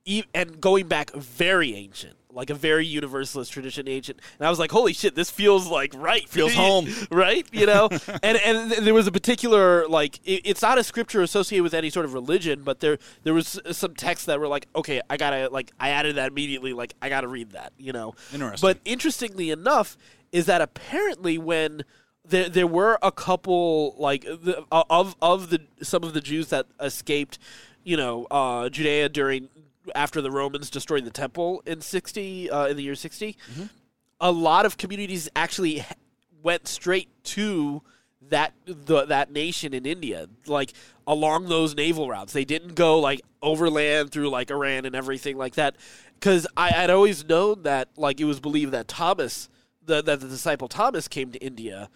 A: e- and going back very ancient like a very universalist tradition ancient and i was like holy shit this feels like right
B: Feels home.
A: right you know and and th- there was a particular like it, it's not a scripture associated with any sort of religion but there there was s- some texts that were like okay i gotta like i added that immediately like i gotta read that you know
B: Interesting.
A: but interestingly enough, is that apparently when there there were a couple like the, uh, of of the some of the Jews that escaped, you know, uh, Judea during after the Romans destroyed the temple in sixty uh, in the year 60 a lot of communities actually h- went straight to that the, that nation in India, like along those naval routes. They didn't go like overland through like Iran and everything like that, because I had always known that like it was believed that Thomas. The, that the disciple Thomas came to India,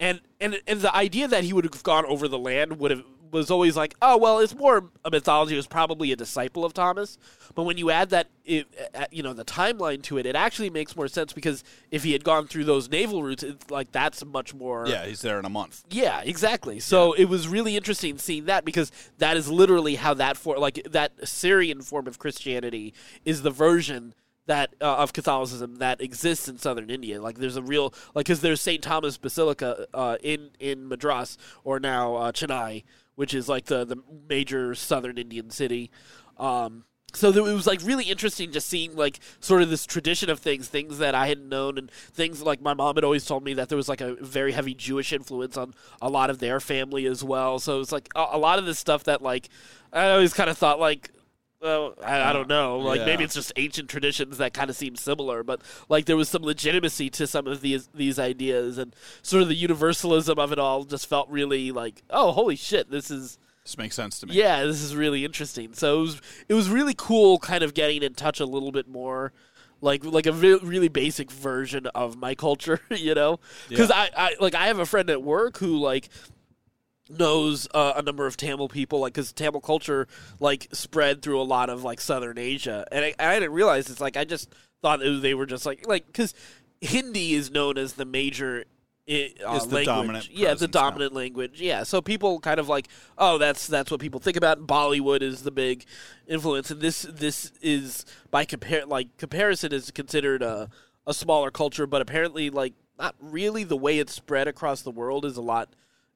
A: and, and and the idea that he would have gone over the land would have was always like, oh well, it's more a mythology. It was probably a disciple of Thomas. But when you add that, it, uh, you know, the timeline to it, it actually makes more sense because if he had gone through those naval routes, it's like that's much more.
B: Yeah, he's there in a month.
A: Yeah, exactly. So it was really interesting seeing that because that is literally how that for like that Syrian form of Christianity is the version that uh, of Catholicism that exists in southern India. Like there's a real like because there's St Thomas Basilica uh, in in Madras or now uh, Chennai, which is like the the major southern Indian city. Um, so there, it was like really interesting just seeing like sort of this tradition of things, things that I hadn't known, and things like my mom had always told me that there was like a very heavy Jewish influence on a lot of their family as well. So it's like a, a lot of this stuff that like I always kind of thought like well, I, I don't know. Like
B: Yeah.
A: maybe it's just ancient traditions that kind of seem similar, but like there was some legitimacy to some of these these ideas, and sort of the universalism of it all just felt really like, oh, holy shit, this is
B: This makes sense to me.
A: yeah, this is really interesting. So it was it was really cool, kind of getting in touch a little bit more, like like a re- really basic version of my culture, you know? Because I, I like I have a friend at work who like knows uh, a number of Tamil people, like because Tamil culture like spread through a lot of like Southern Asia, and I, I didn't realize it's like I just thought it, they were just like like because Hindi is known as the major. i- Uh,
B: Is the
A: language.
B: dominant
A: yeah, the
B: presence now.
A: dominant language, yeah. So people kind of like, oh, that's that's what people think about. Bollywood is the big influence, and this this is by compare like comparison is considered a a smaller culture, but apparently like not really the way it's spread across the world is a lot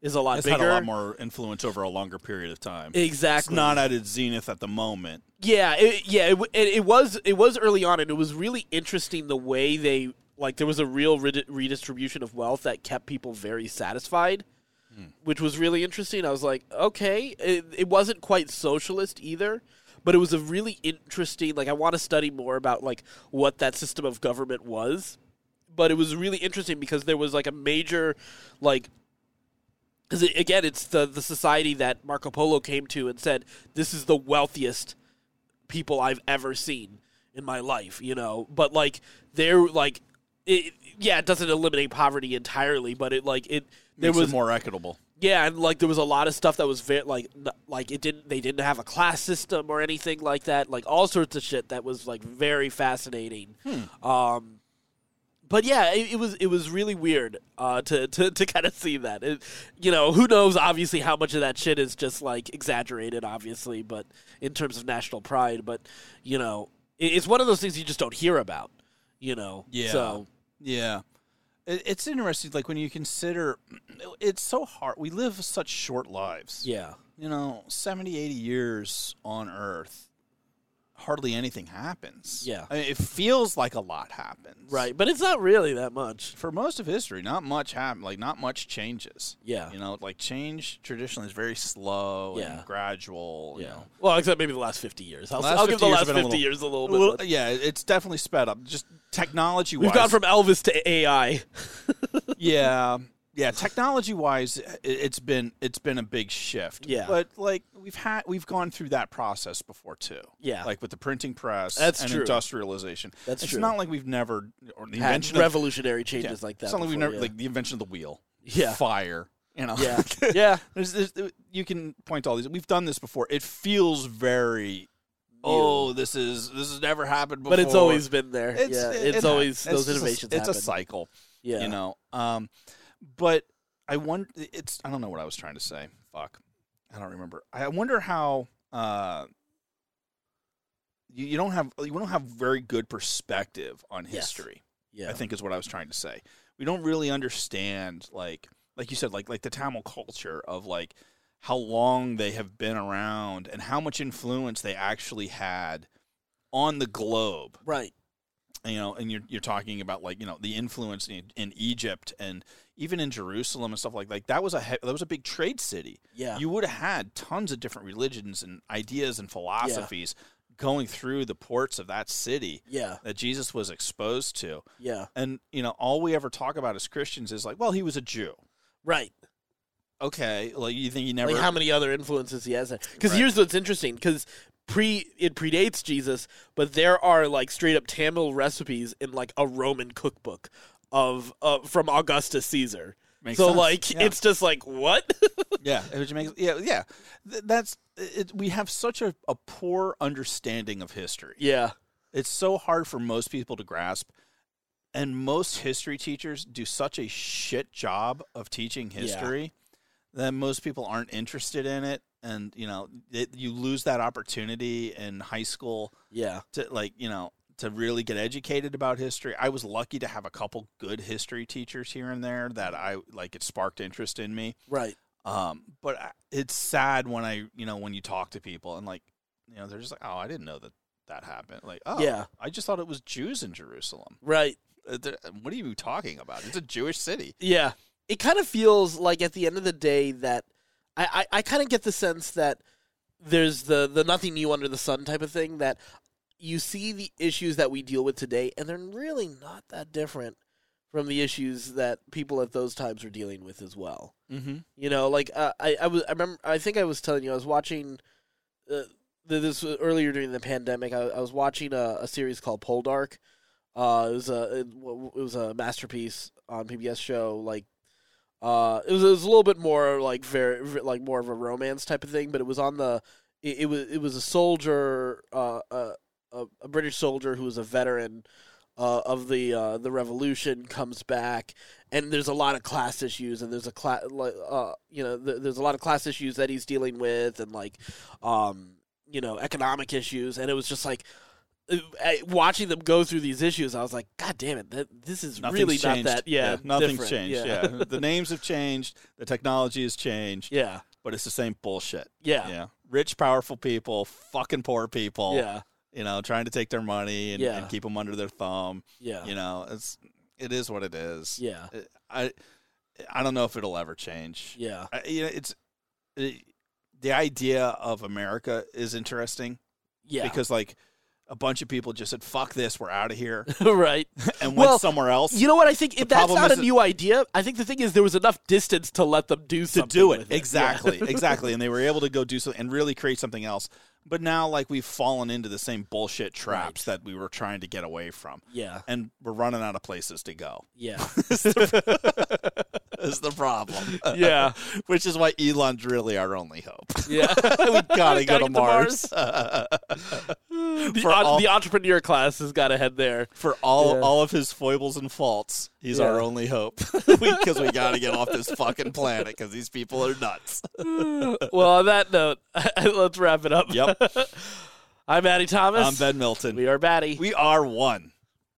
A: is a lot
B: It's
A: bigger.
B: had a lot more influence over a longer period of time. It's
A: Exactly.
B: not at its zenith at the moment.
A: Yeah, it, yeah. It, w- it, it was it was early on, and it was really interesting the way they like there was a real redi- redistribution of wealth that kept people very satisfied, which was really interesting. I was like, okay, it, it wasn't quite socialist either, but it was a really interesting. Like, I want to study more about like what that system of government was, but it was really interesting because there was like a major like because it, again, it's the the society that Marco Polo came to and said, "This is the wealthiest people I've ever seen in my life," you know. But like they're like, it, yeah, it doesn't eliminate poverty entirely, but it like it there
B: Makes
A: was
B: it more equitable.
A: yeah, and like there was a lot of stuff that was very like n- like it didn't they didn't have a class system or anything like that, like all sorts of shit that was like very fascinating. Um, but yeah, it, it was it was really weird uh, to to to kind of see that. It, you know, who knows? Obviously, how much of that shit is just like exaggerated, obviously, but in terms of national pride, but you know, it, it's one of those things you just don't hear about. You know,
B: Yeah.
A: So
B: Yeah. It, it's interesting, like when you consider it's so hard. We live such short lives.
A: yeah,
B: You know, 70, 80 years on Earth, hardly anything happens.
A: Yeah.
B: I mean, it feels like a lot happens.
A: right, but it's not really that much.
B: For most of history, not much happen. Like, not much changes.
A: Yeah.
B: You know, like change traditionally is very slow
A: Yeah.
B: and gradual. You
A: Yeah.
B: know.
A: Well, except maybe the last 50 years. I'll,
B: Last
A: I'll give
B: 50
A: the
B: years
A: last
B: have
A: 50
B: been a little-
A: years a little bit.
B: Well, yeah, it's definitely sped up. Just technology wise.
A: We've gone from Elvis to AI.
B: yeah yeah technology wise it's been it's been a big shift
A: Yeah.
B: but like we've had we've gone through that process before too
A: Yeah.
B: like with the printing press
A: That's
B: and
A: true.
B: industrialization
A: That's
B: it's
A: true.
B: not like we've never or the
A: Had
B: invention of,
A: revolutionary
B: yeah,
A: changes like that.
B: it's not like we've
A: before,
B: never like the invention of the wheel
A: Yeah.
B: fire you know
A: yeah. yeah. yeah.
B: there's, there's, you can point to all these we've done this before it feels very oh this is this has never happened before
A: But it's always been there.
B: It's-
A: yeah.
B: it-
A: It's
B: it ha-
A: always
B: it's
A: those
B: just a-
A: innovations
B: it's a
A: happen.
B: cycle
A: yeah.
B: you know um but i wonder it's i don't know what i was trying to say fuck i don't remember i wonder how uh you, you don't have you don't have very good perspective on
A: Yes.
B: history
A: yeah.
B: i think is what i was trying to say we don't really understand like like you said like like the tamil culture of like how long they have been around and how much influence they actually had on the globe
A: right.
B: you know, and you're you're talking about like you know the influence in, in Egypt and even in Jerusalem and stuff like like that was a he- that was a big trade city.
A: Yeah.
B: You would have had tons of different religions and ideas and philosophies going through the ports of that city
A: yeah.
B: that Jesus was exposed to.
A: Yeah.
B: And you know, all we ever talk about as Christians is like, well, he was a Jew.
A: Right.
B: Okay, like you think he never
A: Like how many other influences he has? Because
B: Right.
A: here's what's interesting. Because pre it predates Jesus, but there are like straight up Tamil recipes in like a Roman cookbook of uh, from Augustus Caesar.
B: Makes
A: so
B: sense.
A: like
B: Yeah.
A: it's just like what?
B: Yeah, which makes yeah yeah. Th- that's it, we have such a, a poor understanding of history.
A: yeah.
B: It's so hard for most people to grasp, and most history teachers do such a shit job of teaching
A: Yeah.
B: history that most people aren't interested in it, and you know it, you lose that opportunity in high school
A: Yeah.
B: to like you know to really get educated about history. I was lucky to have a couple good history teachers here and there that I like it sparked interest in me.
A: Right.
B: Um, but I- it's sad when I, you know, when you talk to people and like, you know, they're just like, oh, I didn't know that that happened. Like, oh,
A: Yeah.
B: I just thought it was Jews in Jerusalem.
A: Right.
B: Uh, they're- What are you talking about? It's a Jewish city.
A: Yeah. It kind of feels like at the end of the day that I, I, I kind of get the sense that there's the, the nothing new under the sun type of thing that you see the issues that we deal with today, and they're really not that different from the issues that people at those times were dealing with as well.
B: Mm-hmm.
A: You know, like uh, I, I was, I remember, I think I was telling you, I was watching uh, th- this was earlier during the pandemic. I, I was watching a, a series called Poldark. Uh, it was a, it, w- it was a masterpiece on PBS show. Like, uh, it was, it was a little bit more like very, v- like more of a romance type of thing, but it was on the, it, it was, it was a soldier, uh, a, a, a British soldier who was a veteran. Uh, of the uh, the revolution comes back and there's a lot of class issues and there's a class uh, you know th- there's a lot of class issues that he's dealing with and like um you know economic issues and it was just like uh, I- watching them go through these issues i was like god damn it that, this is
B: Nothing's
A: really
B: changed.
A: not that yeah,
B: nothing's
A: different.
B: changed. Yeah. the names have changed. The technology has changed,
A: yeah
B: but it's the same bullshit.
A: yeah yeah
B: yeah. Rich, powerful people, fucking poor people,
A: yeah
B: you know, trying to take their money and,
A: Yeah.
B: and keep them under their thumb.
A: yeah
B: You know, it's, it is what it is.
A: yeah
B: I I don't know if it'll ever change.
A: yeah
B: I, you know, it's it, the idea of America is interesting
A: yeah
B: because like a bunch of people just said "fuck this, we're out of here"
A: right
B: and went
A: Well,
B: somewhere else
A: you know what i think if that's
B: problem
A: not a
B: is that-
A: new idea i think the thing is there was enough distance to let them do
B: to
A: something
B: do it
A: with
B: exactly, exactly, and they were able to go do something and really create something else. But now, like we've fallen into the same bullshit traps that we were trying to get away from,
A: yeah
B: and we're running out of places to go.
A: yeah
B: is the is the problem,
A: yeah
B: which is why Elon's really our only hope.
A: yeah
B: we
A: Gotta
B: gotta
A: get
B: go to
A: to
B: Mars.
A: the,
B: For
A: en-
B: all-
A: the entrepreneur class has got to head there.
B: For all
A: Yeah.
B: all of his foibles and faults, he's
A: Yeah.
B: our only hope because we gotta get off this fucking planet because these people are nuts.
A: well, on that note, let's wrap it up.
B: Yep.
A: I'm Maddie Thomas.
B: I'm Ben Milton.
A: We are Batty.
B: We are one.